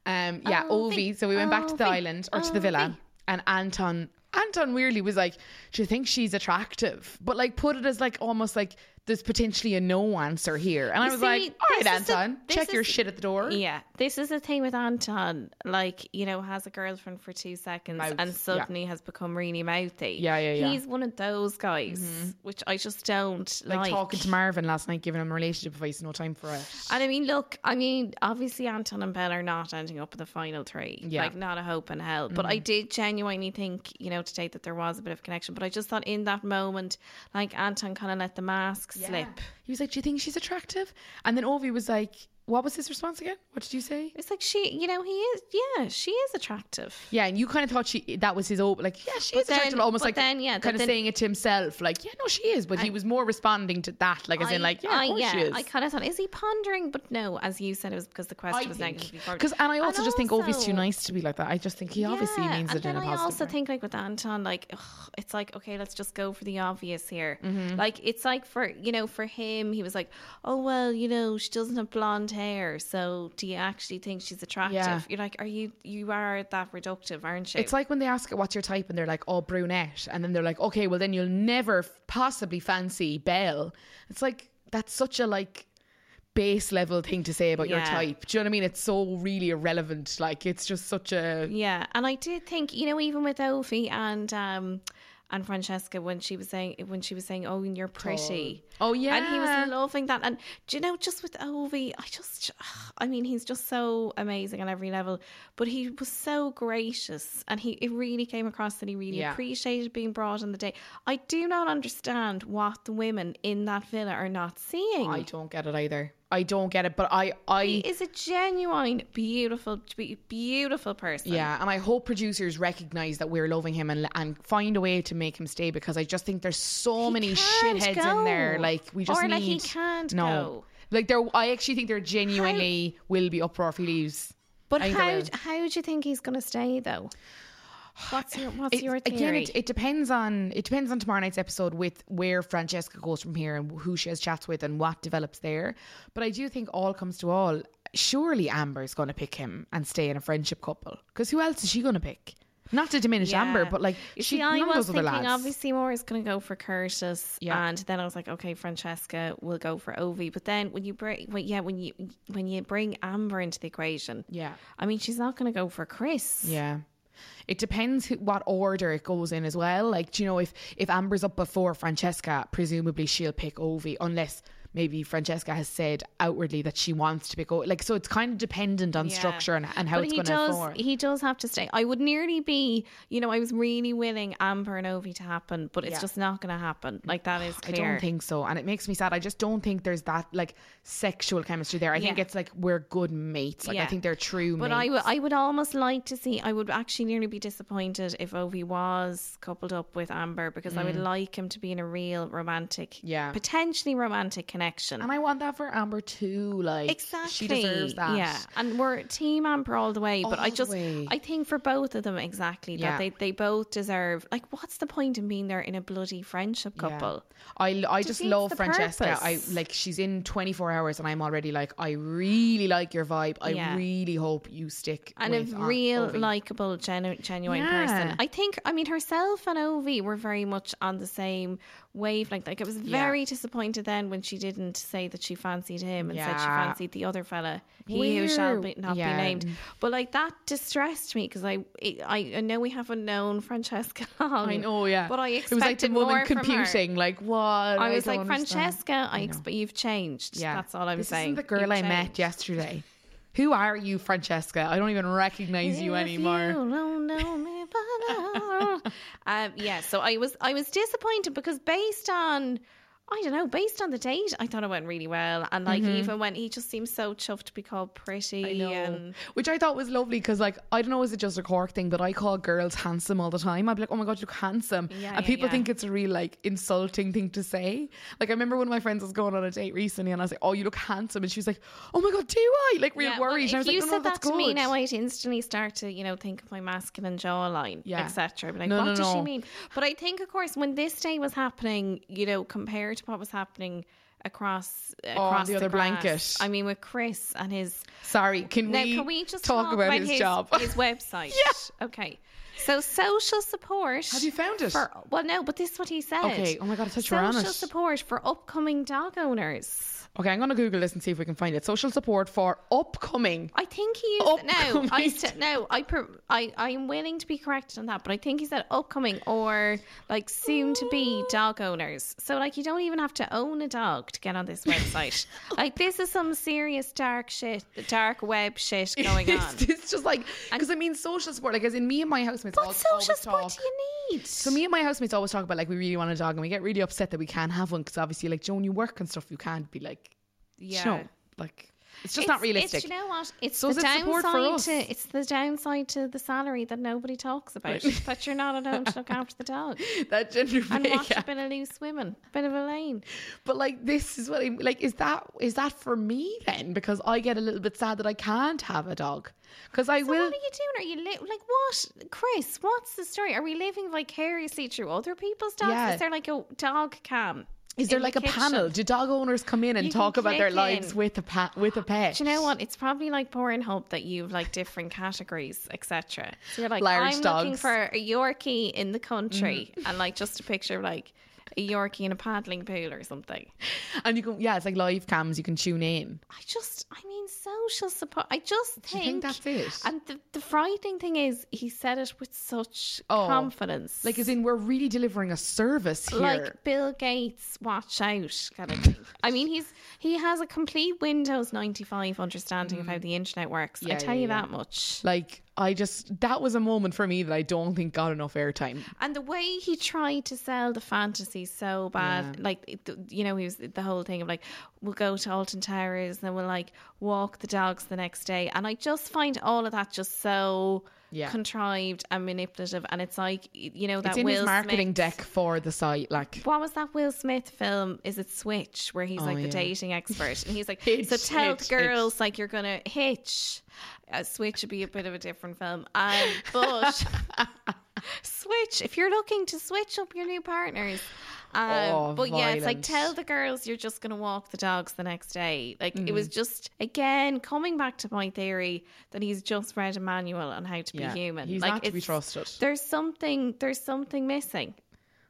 um, yeah, Ovi. Ovi, So we went back to the Ovi, Oh, island or to the villa, Ovi. and Anton. Anton weirdly was like, "Do you think she's attractive?" But like, put it as like almost like there's potentially a no answer here, and I You was see, like, "All right, this is the- Anton, this check your is- shit at the door." Yeah, this is the thing with Anton. Like, you know, has a girlfriend for two seconds Mouth, yeah. and suddenly has become really mouthy. Yeah, yeah, yeah. He's one of those guys, which I just don't Like, like. talking to Marvin last night, giving him relationship advice, no time for it. and I mean, look, I mean, obviously Anton and Ben are not ending up in the final three. Yeah. Mm-hmm. Like, not a hope in hell. But I did genuinely think, you know, today that there was a bit of connection. But I just thought in that moment, like, Anton kind of let the mask slip. He was like, "Do you think she's attractive?" And then Ovi was like, What was his response again? What did you say? It's like she, you know, he is. Yeah, she is attractive. Yeah, and you kind of thought she that was his old like yeah she's then- attractive almost but like then, yeah, kind of then- saying it to himself like yeah no she is but he was more responding to that like as in like yeah of course she is I kind of thought, is he pondering? But no, as you said, it was because the question was negatively forwarded. because and I also just think oh he's also- too nice to be like that I just think he obviously Yeah, means and it in then a I positive also way. think like with Anton, like ugh, it's like okay, let's just go for the obvious here. Mm-hmm. Like it's like for you know for him, he was like, oh well, you know she doesn't have blonde hair, so do you actually think she's attractive? Yeah. You're like, are you you are that reductive, aren't you? It's like when they ask what's your type and they're like, oh, brunette. And then they're like, okay, well, then you'll never f- possibly fancy Belle. It's like, that's such a like base level thing to say about your Yeah. type. Do you know what I mean? It's so really irrelevant. Like, it's just such a. Yeah, and I did think, you know, even with Ophi and um and Francesca when she was saying when she was saying, "Oh, and you're pretty." Oh, yeah. And he was loving that. And do you know, just with Ovi, I just, I mean, he's just so amazing on every level. But he was so gracious, and he it really came across that he really Yeah. appreciated being brought on the day. I do not understand what the women in that villa are not seeing. I don't get it either. I don't get it. But I. I Mm. he is a genuine, beautiful, be- beautiful person. Yeah, and I hope producers recognize that we're loving him and and find a way to make him stay because I just think there's so He many can't shitheads in go. there. Like we just Or, need like, he can't no. go. Like there, I actually think there genuinely will be uproar if he leaves. But I think how there will. d- how do you think he's going to stay though? What's your what's your It's- theory? again, it, it depends on it depends on tomorrow night's episode with where Francesca goes from here and who she has chats with and what develops there. But I do think all comes to all. Surely Amber's going to pick him and stay in a friendship couple because who else is she going to pick? Not to diminish Amber, Yeah. but like You she see, I none of was those other thinking lads. obviously more is going to go for Curtis, Yeah. and then I was like, okay, Francesca will go for Ovi. But then when you bring, well, yeah, when you when you bring Amber into the equation, Yeah. I mean, she's not going to go for Chris. Yeah. It depends who, what order it goes in as well. Like, do you know, if, if Amber's up before Francesca, presumably she'll pick Ovi, unless maybe Francesca has said outwardly that she wants to pick Ovi. Like, so it's kind of dependent on Yeah. structure and, and how but it's he going to does. form. He does have to stay. I would nearly be, you know, I was really willing Amber and Ovi to happen, but it's Yeah. just not going to happen. Like that is I clear. don't think so. And it makes me sad. I just don't think there's that, like, sexual chemistry there. I think Yeah. it's like we're good mates. Like, I Yeah. think they're true But mates. I would, I would almost like to see. I would actually nearly be disappointed if Ovi was coupled up with Amber because I would like him to be in a real romantic, Mm. Yeah. potentially romantic connection. and I want that for Amber too. Like, exactly, she deserves that. Yeah, and we're team Amber all the way. But All I the just, way. I think for both of them exactly Yeah. that they, they both deserve. Like, what's the point in being there in a bloody friendship Yeah. couple? I, I just Defeats love the Francesca. I purpose. like she's in 24 hours and I'm already like I really like your vibe. I Yeah. really hope you stick and with a our real Ovi. likable genu- genuine Yeah. person i think i mean herself and ovi were very much on the same wavelength like i was Yeah. very disappointed then when she didn't say that she fancied him and said she Yeah. fancied the other fella he who shall be, Weird. not Yeah. be named but like that distressed me because I, I i know we haven't known francesca long, I know, yeah. but i it expected was like the woman more from her. computing, like what? I was don't like, understand. Francesca, I, expe- you've changed. Yeah, That's all I'm this saying. Isn't the girl You've I met changed. yesterday. Who are you, Francesca? I don't even recognize you If anymore. you don't know me by now. um, yeah, so I was I was disappointed because based on I don't know, based on the date, I thought it went really well, and like even when he just seems so chuffed to be called pretty, Mm-hmm. I know. and Which I thought was lovely because, like, I don't know, is it just a Cork thing, but I call girls handsome all the time. I'd be like, oh my God, you look handsome. Yeah, and yeah, people yeah. think it's a real, like, insulting thing to say. Like, I remember one of my friends was going on a date recently and I was like, oh, you look handsome. And she was like, oh my God, do I? Like, real Yeah, well, worried. if and I was you like, "Oh, no, said no, that's that to good. me now, I'd instantly start to you know think of my masculine jawline, Yeah. etc. But like, No, what no, does no. she mean? But I think, of course, when this day was happening, you know, compared to what was happening. Across, across the other grass, blanket. I mean, with Chris and his Sorry, can, Now, we, can we just talk, about, his, job? his website? yeah. Okay. So social support. Have you found it? For, well, no, but this is what he said. Okay. Oh my God, I thought you were on Social it. support for upcoming dog owners. okay, I'm going to Google this and see if we can find it. Social support for upcoming. I think he used it now. I Upcoming. said no. I per, I I'm willing to be corrected on that, but I think he said upcoming or like soon to be dog owners. So like you don't even have to own a dog to get on this website. like this is some serious dark shit, dark web shit going on. it's, it's just like, because I mean, social support, like, as in me and my housemates all, What social always support talk. do you need? So me and my housemates always talk about like we really want a dog, and we get really upset that we can't have one because obviously, like Joan, you work and stuff, you can't be like, yeah, yeah. like It's just not realistic. It's, you know what? It's So the is it support for downside us? to it's the downside to the salary that nobody talks about. that you're not allowed to look after the dog that gender pay and watch gap. a bit of loose women, bit of a lane. But like this is what I like. Is that is that for me then? Because I get a little bit sad that I can't have a dog. Because I So will. what are you doing? Are you li- like what, Chris? What's the story? Are we living vicariously through other people's dogs? Yeah. Is there like a dog cam? Is there in the like a kitchen? panel? Do dog owners come in and You can talk about their click lives in. with a pa- with a pet? Do you know what? It's probably like Pornhub that you've like different categories, etc. So you're like, Large I'm looking dogs. Mm-hmm. for a Yorkie in the country, and like just a picture of like a Yorkie in a paddling pool or something. And you can yeah, it's like live cams. You can tune in. I just, I mean, social support. I just think, Do you think that's it? And the, the frightening thing is, he said it with such Oh, confidence, Like as in, we're really delivering a service here. like Bill Gates, watch out kind of thing. I mean, he's he has a complete Windows ninety five understanding of how the internet works. I Mm-hmm. Yeah, tell yeah, you yeah. that much. Like, I just that was a moment for me that I don't think got enough airtime. And the way he tried to sell the fantasy so bad, like it- th- you know, he was the whole thing of like, we'll go to Alton Towers and then we'll like walk the dogs the next day. And I just find all of that just so Yeah. contrived and manipulative. And it's like y- you know that It's in Will his marketing Smith- deck for the site. Like, What was that Will Smith film? Is it Switch? Where he's like the Oh, yeah. dating expert, and he's like, Hitch, so tell hitch, the girls like you're gonna hitch. Uh, Switch would be a bit of a different film, um, but switch if you're looking to switch up your new partners. Um, Oh, but yeah, it's violent. like tell the girls you're just going to walk the dogs the next day. Like it Mm. was just again coming back to my theory that he's just read a manual on how to yeah, be human. he's like not to be it's- trusted. There's something. There's something missing.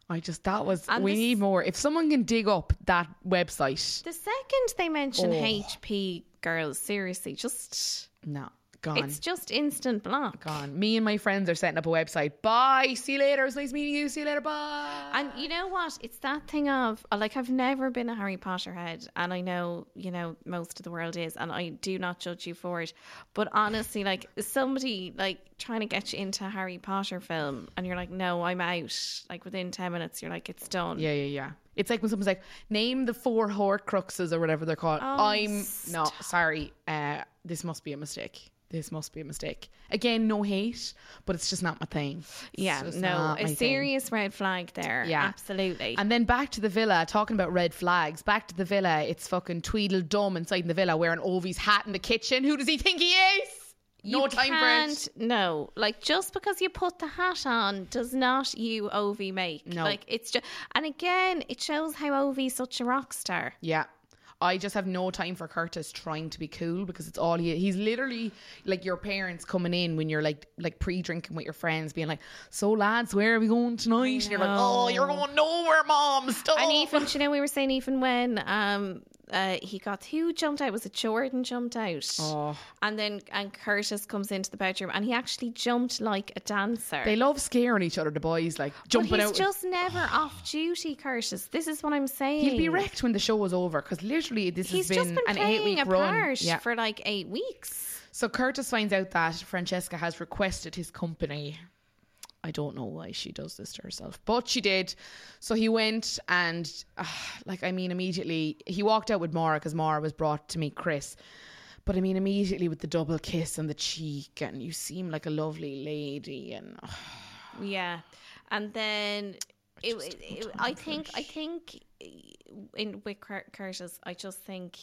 I just that was. And we this- need more. If someone can dig up that website, The second they mention Oh. HP girls, seriously, just no, gone. it's just instant block. gone. Me and my friends are setting up a website. Bye. See you later. It's nice meeting you. See you later. Bye. And you know what? It's that thing of like I've never been a Harry Potter head, and I know you know most of the world is, and I do not judge you for it. But honestly, like somebody like trying to get you into a Harry Potter film, and you're like, no, I'm out. Like within ten minutes, you're like, it's done. yeah, yeah, yeah. It's like when someone's like, name the four Horcruxes or whatever they're called. Oh, I'm no sorry. Uh, this must be a mistake. This must be a mistake. Again, no hate, but it's just not my thing. It's Yeah, just no, not my a thing. serious red flag there. Yeah. absolutely. And then back to the villa, talking about red flags. Back to the villa, it's fucking Tweedledum inside the villa wearing Ovi's hat in the kitchen. Who does he think he is? no You time for it. can't- No, like just because you put the hat on does not you Ovi make. No. like it's just, and again, it shows how Ovi's such a rock star. Yeah. I just have no time for Curtis trying to be cool because it's all he he's literally like your parents coming in when you're like like pre-drinking with your friends being like, "So lads, where are we going tonight?" And you're like, "Oh, you're going nowhere, mom. Stop." And even, do you know, we were saying even when um uh, he got who jumped out was it Jordan jumped out, Oh. and then and Curtis comes into the bedroom and he actually jumped like a dancer. they love scaring each other the boys like but jumping he's out. just never off duty, Curtis. This is what I'm saying. He'll be wrecked when the show is over because literally this He's has just been, been an playing a eight-week run. part Yeah. for like eight weeks. So Curtis finds out that Francesca has requested his company. I don't know why she does this to herself, but she did. So he went and, uh, like, I mean, immediately he walked out with Mara because Mara was brought to meet Chris. But I mean, immediately with the double kiss on the cheek, and you seem like a lovely lady, and ah, ugh, Yeah, and then it, it, it- I think I think in with Cur- Curtis, I just think,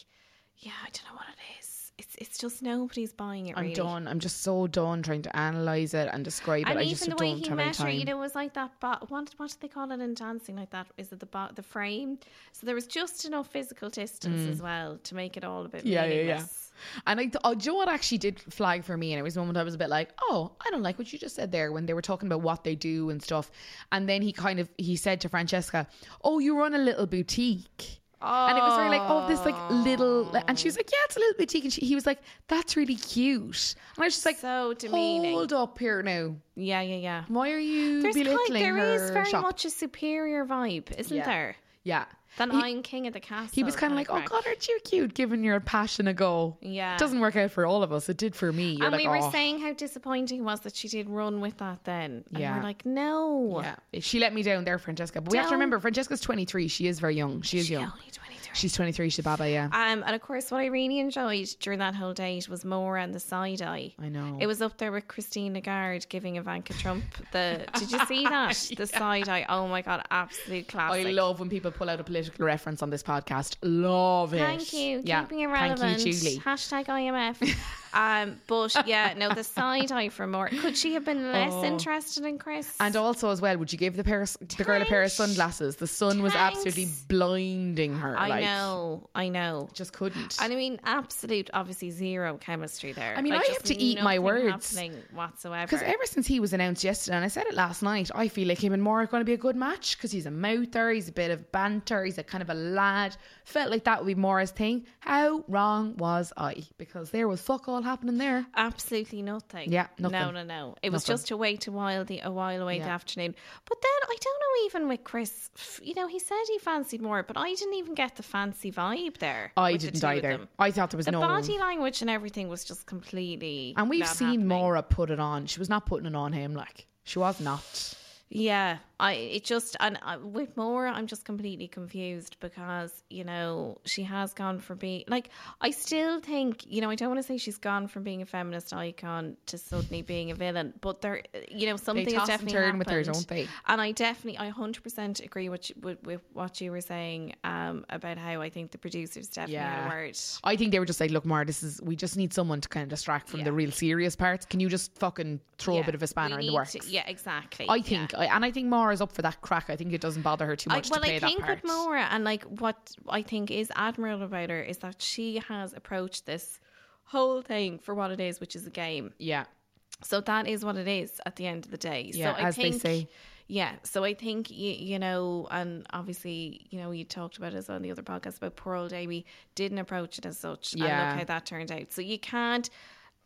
yeah, I don't know what it is. It's it's just nobody's buying it. I'm really. done. I'm just so done trying to analyze it and describe And it. I just even the way don't he have any met her, time. you know, was like that. But what what do they call it in dancing like that? Is it the bo- the frame? So there was just enough physical distance as well to make it all a bit Mm. Yeah, yeah, yeah. meaningless. And I, th- oh, do you know what actually did flag for me? And it was a moment I was a bit like, oh, I don't like what you just said there when they were talking about what they do and stuff. And then he kind of he said to Francesca, "Oh, you run a little boutique." And it was very like, oh, this like little, and she was like, yeah, it's a little boutique, and she, he was like, that's really cute, and I was just like, So demeaning. Hold up here now, Yeah, yeah, yeah. why are you There's kind, belittling there her is very shop? much a superior vibe, isn't Yeah. there? yeah, Than He- Iron King of the Castle. uh, he was kind of like, oh god, aren't you cute? Giving your passion a go. Yeah. it doesn't work out for all of us. It did for me. You're and like, we were "Oh." saying how disappointing it was that she did run with that then. And Yeah. we're like, no. Yeah, she let me down there, Francesca. But we have to Down. remember, Francesca's 23. She is very young. She is She's young. only 23. She's 23. She's a Baba, yeah. Um, and of course, what I really enjoyed during that whole date was Maura and the side eye. I know. It was up there with Christine Lagarde giving Ivanka Trump the. Did you see that? The side eye. Oh my God, absolute classic. I love when people pull out a political reference on this podcast. Love it. Thank you. Keeping it relevant. Thank you, Julie. Hashtag IMF. um, but yeah, no, the side eye for more. Could she have been less Oh. interested in Chris? And also, as well, would you give the pair, of- the girl a pair of Thanks. sunglasses? The sun was Thanks. absolutely blinding her. I like, know, I know. Just couldn't. And I mean, absolute, obviously zero chemistry there. I mean, I just have to eat my nothing words. happening whatsoever. Because ever since he was announced yesterday, and I said it last night, I feel like him and Maura are going to be a good match because he's a mouther, he's a bit of banter, he's a kind of a lad. Felt like that would be Maura's thing. How wrong was I? Because there was fuck all happening there. Absolutely nothing. Yeah, nothing. No, no, no. It was Nothing. just to wait a while, the a while away the Yeah. afternoon. But then I don't know. Even with Chris, f- you know, he said he fancied more, but I didn't even get the fancy vibe there. I with the didn't two of either. them. I thought there was The no. body language and everything was just completely. and we've not seen happening. Maura put it on. She was not putting it on him. Like she was not. Yeah, I it just and I, with Maura, I'm just completely confused because you know she has gone from being like I still think you know I don't want to say she's gone from being a feminist icon to suddenly being a villain, but there you know something toss has and definitely turn with her, happened. don't they? And I definitely, I hundred percent agree with, you- with with what you were saying um, about how I think the producers definitely had Yeah. a word. I think they were just like, look, Maura, this is. We just need someone to kind of distract from the Yeah. real serious parts. Can you just fucking throw Yeah, a bit of a spanner we in the need works? to- yeah, exactly. I yeah. think, I, and I think Maura's up for that crack. I think it doesn't bother her too I, much well, to play I that think part. with Maura, and like what I think is admirable about her is that she has approached this whole thing for what it is, which is a game. Yeah. So that is what it is at the end of the day. Yeah, so I as they think, say. Yeah, so I think you, you know, and obviously, you know, you talked about it as well on the other podcast about poor old Amy didn't approach it as such, Yeah. and look how that turned out. So you can't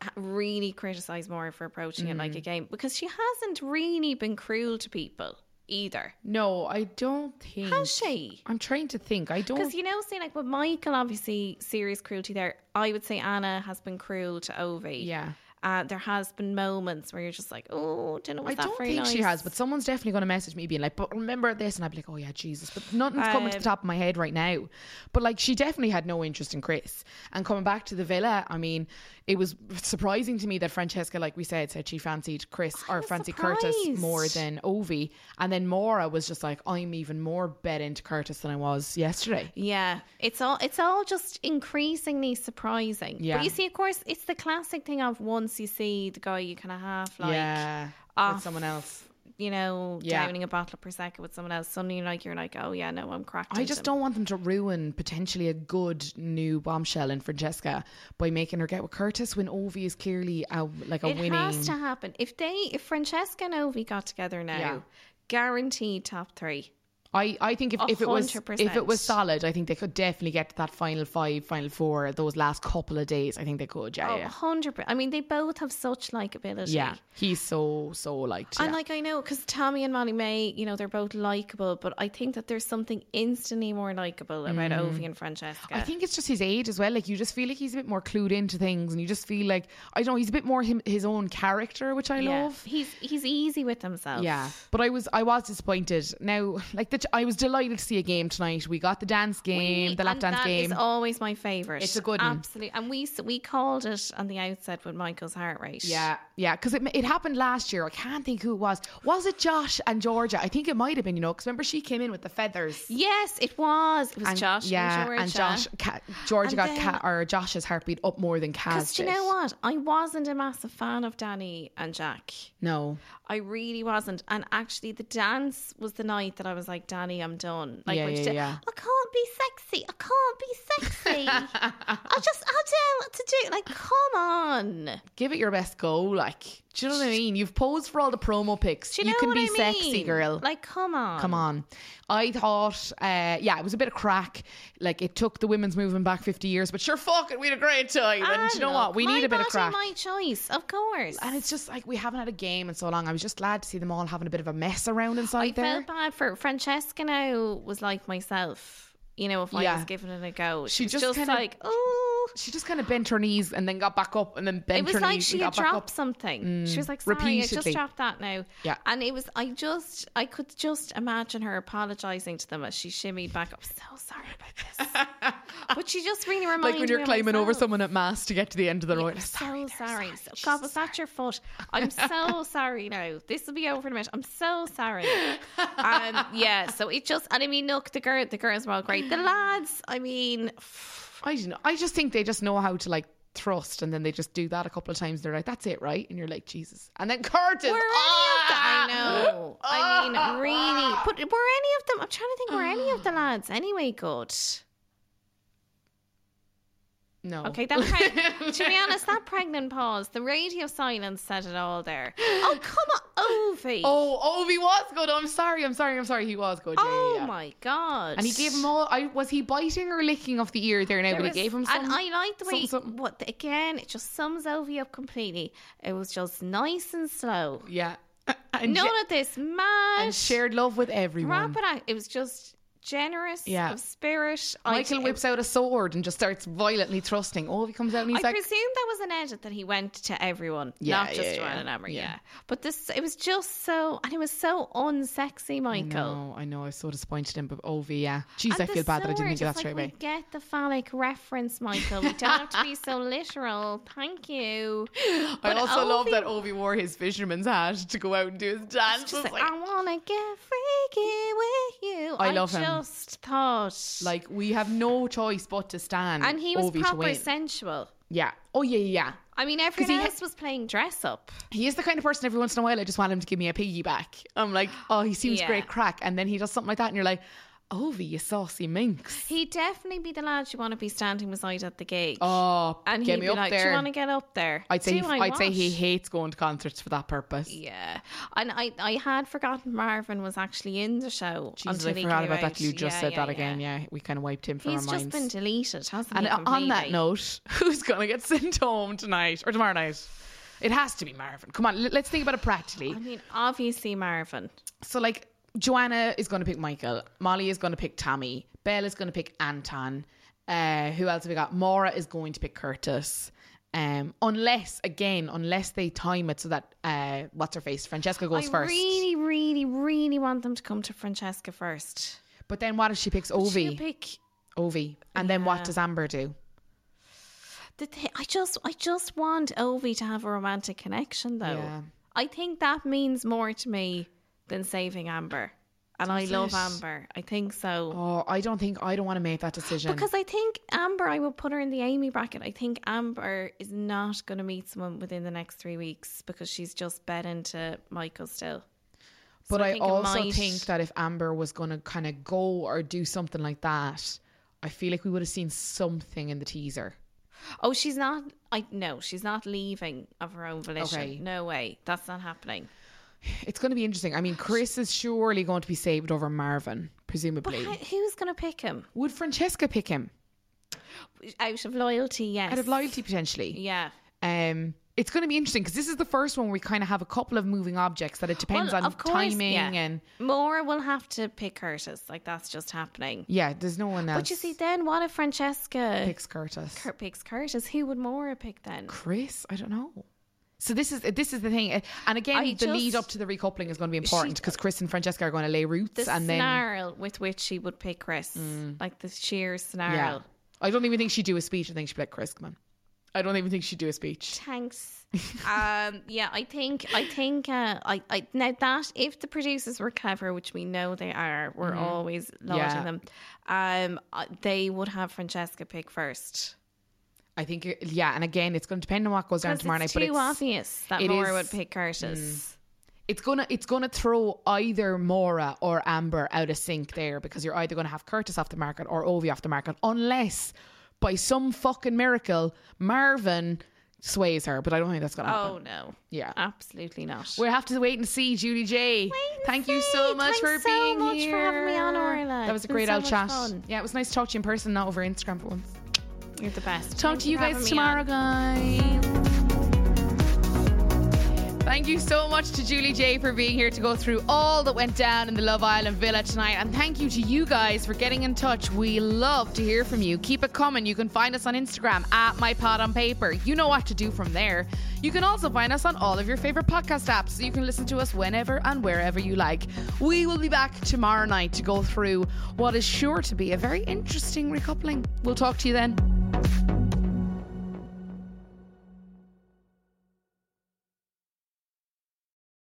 h- really criticize Maura for approaching Mm. it like a game because she hasn't really been cruel to people either, No, I don't think. has she? I'm trying to think. I don't. Because you know, say like with Michael, obviously serious cruelty there. I would say Anna has been cruel to Ovi. Yeah. Uh, there has been moments where you're just like, oh, don't know, was I that don't very think she nice?" has, but someone's definitely going to message me being like, but remember this? And I'd be like, oh, yeah, Jesus. But nothing's coming to the Um, top of my head right now. But like, she definitely had no interest in Chris. And coming back to the villa, I mean, it was surprising to me that Francesca, like we said, said she fancied Chris or was fancied Curtis more surprised. than Ovi. And then Maura was just like, I'm even more bet into Curtis than I was yesterday. Yeah, it's all it's all just increasingly surprising. Yeah. But you see, of course, it's the classic thing of once you see the guy, you kind of half like, yeah. off With someone else. you know, Yeah. downing a bottle of prosecco with someone else. Suddenly, you're like, you're like, oh yeah, no, I'm cracked. I into just him." don't want them to ruin potentially a good new bombshell in Francesca by making her get with Curtis when Ovi is clearly a, like a it winning. has to happen. If they, if Francesca and Ovi got together now, Yeah. guaranteed top three. I, I think if, if it was if it was 100%. solid, I think they could definitely get to that final five, final four, those last couple of days. I think they could. Yeah, Oh, yeah. 100%. I mean, they both have such likability. yeah. He's so so liked. And yeah. like I know, because Tommy and Molly May, you know, they're both likable, but I think that there's something instantly more likable about Ovi and Francesca. Mm. I think it's just his age as well. Like you just feel like he's a bit more clued into things, and you just feel like I don't know. He's a bit more him, his own character, which I yeah. love. he's he's easy with himself. Yeah, but I was I was disappointed. Now, like the, I was delighted to see a game tonight. We got the dance game, We- the lap and dance that game. is always my favorite. It's a good one. absolutely. And we s- we called it on the outset with Michael's heart rate. yeah, yeah, because it it happened last year. I can't think who it was. Was it Josh and Georgia? I think it might have been. You know, because remember she came in with the feathers. Yes, it was. It was Josh. and yeah, and Georgia. Josh, Ca- Georgia And got then- Ca- or Josh's heartbeat up more than Kaz. Because you did. know what? I wasn't a massive fan of Danny and Jack. No, I really wasn't. And actually, the dance was the night that I was like, Danny, I'm done. Like, Yeah, when she yeah, did, yeah. I can't be sexy. I can't be sexy. I just, I don't know what to do. Like, come on. give it your best go. Like, do you know what I mean? You've posed for all the promo pics. Do you, know can what be I mean? sexy, girl. Like, come on. Come on. Um, I thought, uh, yeah, it was a bit of crack. Like, it took the women's movement back 50 years, but sure, fuck it, we had a great time. And, Ah, do you know look, what? We my need a bit of body, crack. My choice, of course. And it's just like we haven't had a game in so long. I was just glad to see them all having a bit of a mess around inside I there. felt bad for Francesca. Now was like myself. You know, if I Yeah. was giving it a go, She she, was just just, kinda- like, oh, She just kind of bent her knees and then got back up and then bent It was her like knees she and got had back up. Mm. dropped something. she was like, "Sorry, I repeatedly. just dropped that now." Yeah. and it was. I just, I could just imagine her apologizing to them as she shimmied back up. So sorry about this, but she just really reminded Like when you're me of climbing over myself. someone at mass to get to the end of the road. I'm Sorry, so there, sorry. sorry. So- God, was that your foot? I'm so sorry now. This will be over in a minute. I'm so sorry. Um, yeah, so it just, and I mean, look, the girl, the girls were all great. The lads, I mean, I don't know. I just think they just know how to like thrust and then they just do that a couple of times. They're like, that's it, right? And you're like, Jesus. And then Curtis. were any of the, ah! I know. I mean, really. But were any of them, I'm trying to think, were any of the lads anyway good? No. Okay, that preg- to be honest, that pregnant pause, the radio silence said it all there. Oh, come on, Ovi. Oh, Ovi was good. I'm sorry. I'm sorry. I'm sorry. He was good. Yeah, yeah, Oh yeah. my God. And he gave him all. I was he biting or licking off the ear there now, There but he was- gave him some. And I like the way something, something. what again. It just sums Ovi up completely. It was just nice and slow. yeah. And, None yeah, of this mad and shared love with everyone. rap it out. It was just generous Yeah. of spirit. I- Michael whips out a sword and just starts violently thrusting. Ovi comes out and I he's like, presume that was an edit that he went to everyone, Yeah, not just yeah, to yeah, Anna and Emery. yeah. Yeah. but this it was just so, and it was so unsexy, Michael. No, I know. I was so disappointed in him, but Ovi, yeah. Jeez, And I the feel bad that I sewer, didn't do that just straight like, we away. Get the phallic reference, Michael. We don't have to be so literal. Thank you. I But also love Ovi that Ovi wore his fisherman's hat to go out and do his dance. It's just It's like, I wanna get freaky with you. I love him. just thought like, we have no choice but to stand. and he was Ovi to proper win. sensual. yeah. Oh yeah, yeah. yeah. I mean, 'Cause he everyone ha- else was playing dress up. He is the kind of person every once in a while I just want him to give me a piggyback. I'm like, oh, he seems Yeah. great crack, and then he does something like that, and you're like, Ovi, you saucy minx. He'd definitely be the lad you want to be standing beside at the gig. Oh, and get he'd me be up like, "Do there. you want to get up there?" I'd say he, Do I I'd say what?" he hates going to concerts for that purpose. Yeah, and I, I had forgotten Marvin was actually in the show. Jesus, until I he forgot came about out. that. You just Yeah, said yeah, that again. Yeah, we kind of wiped him from He's our minds. just been deleted, hasn't And he? on that completely? note, who's going to get sent home tonight or tomorrow night? It has to be Marvin. Come on, l- let's think about it practically. I mean, obviously Marvin. So, like, Joanna is going to pick Michael. Molly is going to pick Tommy. Belle is going to pick Anton. Uh, who else have we got? Maura is going to pick Curtis. Um, unless, again, unless they time it so that, uh, what's her face? Francesca goes I first. really, really, really want them to come to Francesca first. But then what if she picks Ovi? She'll pick Ovi. And then what does Amber do? the thi- I just, I just want Ovi to have a romantic connection, though. Yeah. I think that means more to me than saving Amber, and I love Amber. I think so Oh, I don't think, I don't want to make that decision. because I think Amber, I would put her in the Amy bracket. I think Amber is not going to meet someone within the next three weeks because she's just bet into Michael still. But So I I, think it also might- think that if Amber was going to kind of go or do something like that, I feel like we would have seen something in the teaser. Oh, she's not. I no, she's not leaving of her own volition. Okay. No way, that's not happening. It's going to be interesting. I mean, Chris is surely going to be saved over Marvin, But presumably. how, who's going to pick him would Francesca pick him out of loyalty? Yes, out of loyalty potentially? Yeah. Um, it's going to be interesting because this is the first one where we kind of have a couple of moving objects that it depends Well, on of course, timing yeah. and More will have to pick Curtis. Like that's just happening. yeah. There's no one else. But you see, then what if Francesca picks, picks Curtis. picks Curtis? Who would Maura pick then? Chris, I don't know. So this is this is the thing, eh, and again, I the lead just- up to the recoupling is going to be important because Chris and Francesca are going to lay The roots, and then Mm. snarl with which she would pick Chris, like the sheer snarl. yeah, I don't even think she'd do a speech. I think she'd be like, "Chris, come on." I don't even think she'd do a speech. Thanks. um, yeah, I think I think uh, I, I now that if the producers were clever, which we know they are, we're always lauding Mm-hmm. Yeah. them. Um, uh, they would have Francesca pick first. I think, it- yeah, and again, it's going to depend on what goes down Because tomorrow night. it's But too it's, obvious that it Maura is- would pick Curtis. it's gonna it's gonna throw either Mora or Amber out of sync there because you're either gonna have Curtis off the market or Ovi off the market, unless by some fucking miracle Marvin sways her. Mm. But I don't think that's gonna happen. Oh no, Yeah. absolutely not. We'll have to wait and see, Judy J. Thank you so much Thanks for so being much here. for having me on, Orla. That It's was a been great so old much chat. fun. Yeah, it was nice to talk to you in person, not over Instagram for once. You're the best. Talk Thanks to you for guys having me tomorrow, on. guys. Thank you so much to Julie J for being here to go through all that went down in the Love Island Villa tonight. And thank you to you guys for getting in touch. We love to hear from you. Keep it coming. You can find us on Instagram at My Pod on Paper. You know what to do from there. You can also find us on all of your favorite podcast apps so you can listen to us whenever and wherever you like. We will be back tomorrow night to go through what is sure to be a very interesting recoupling. We'll talk to you then.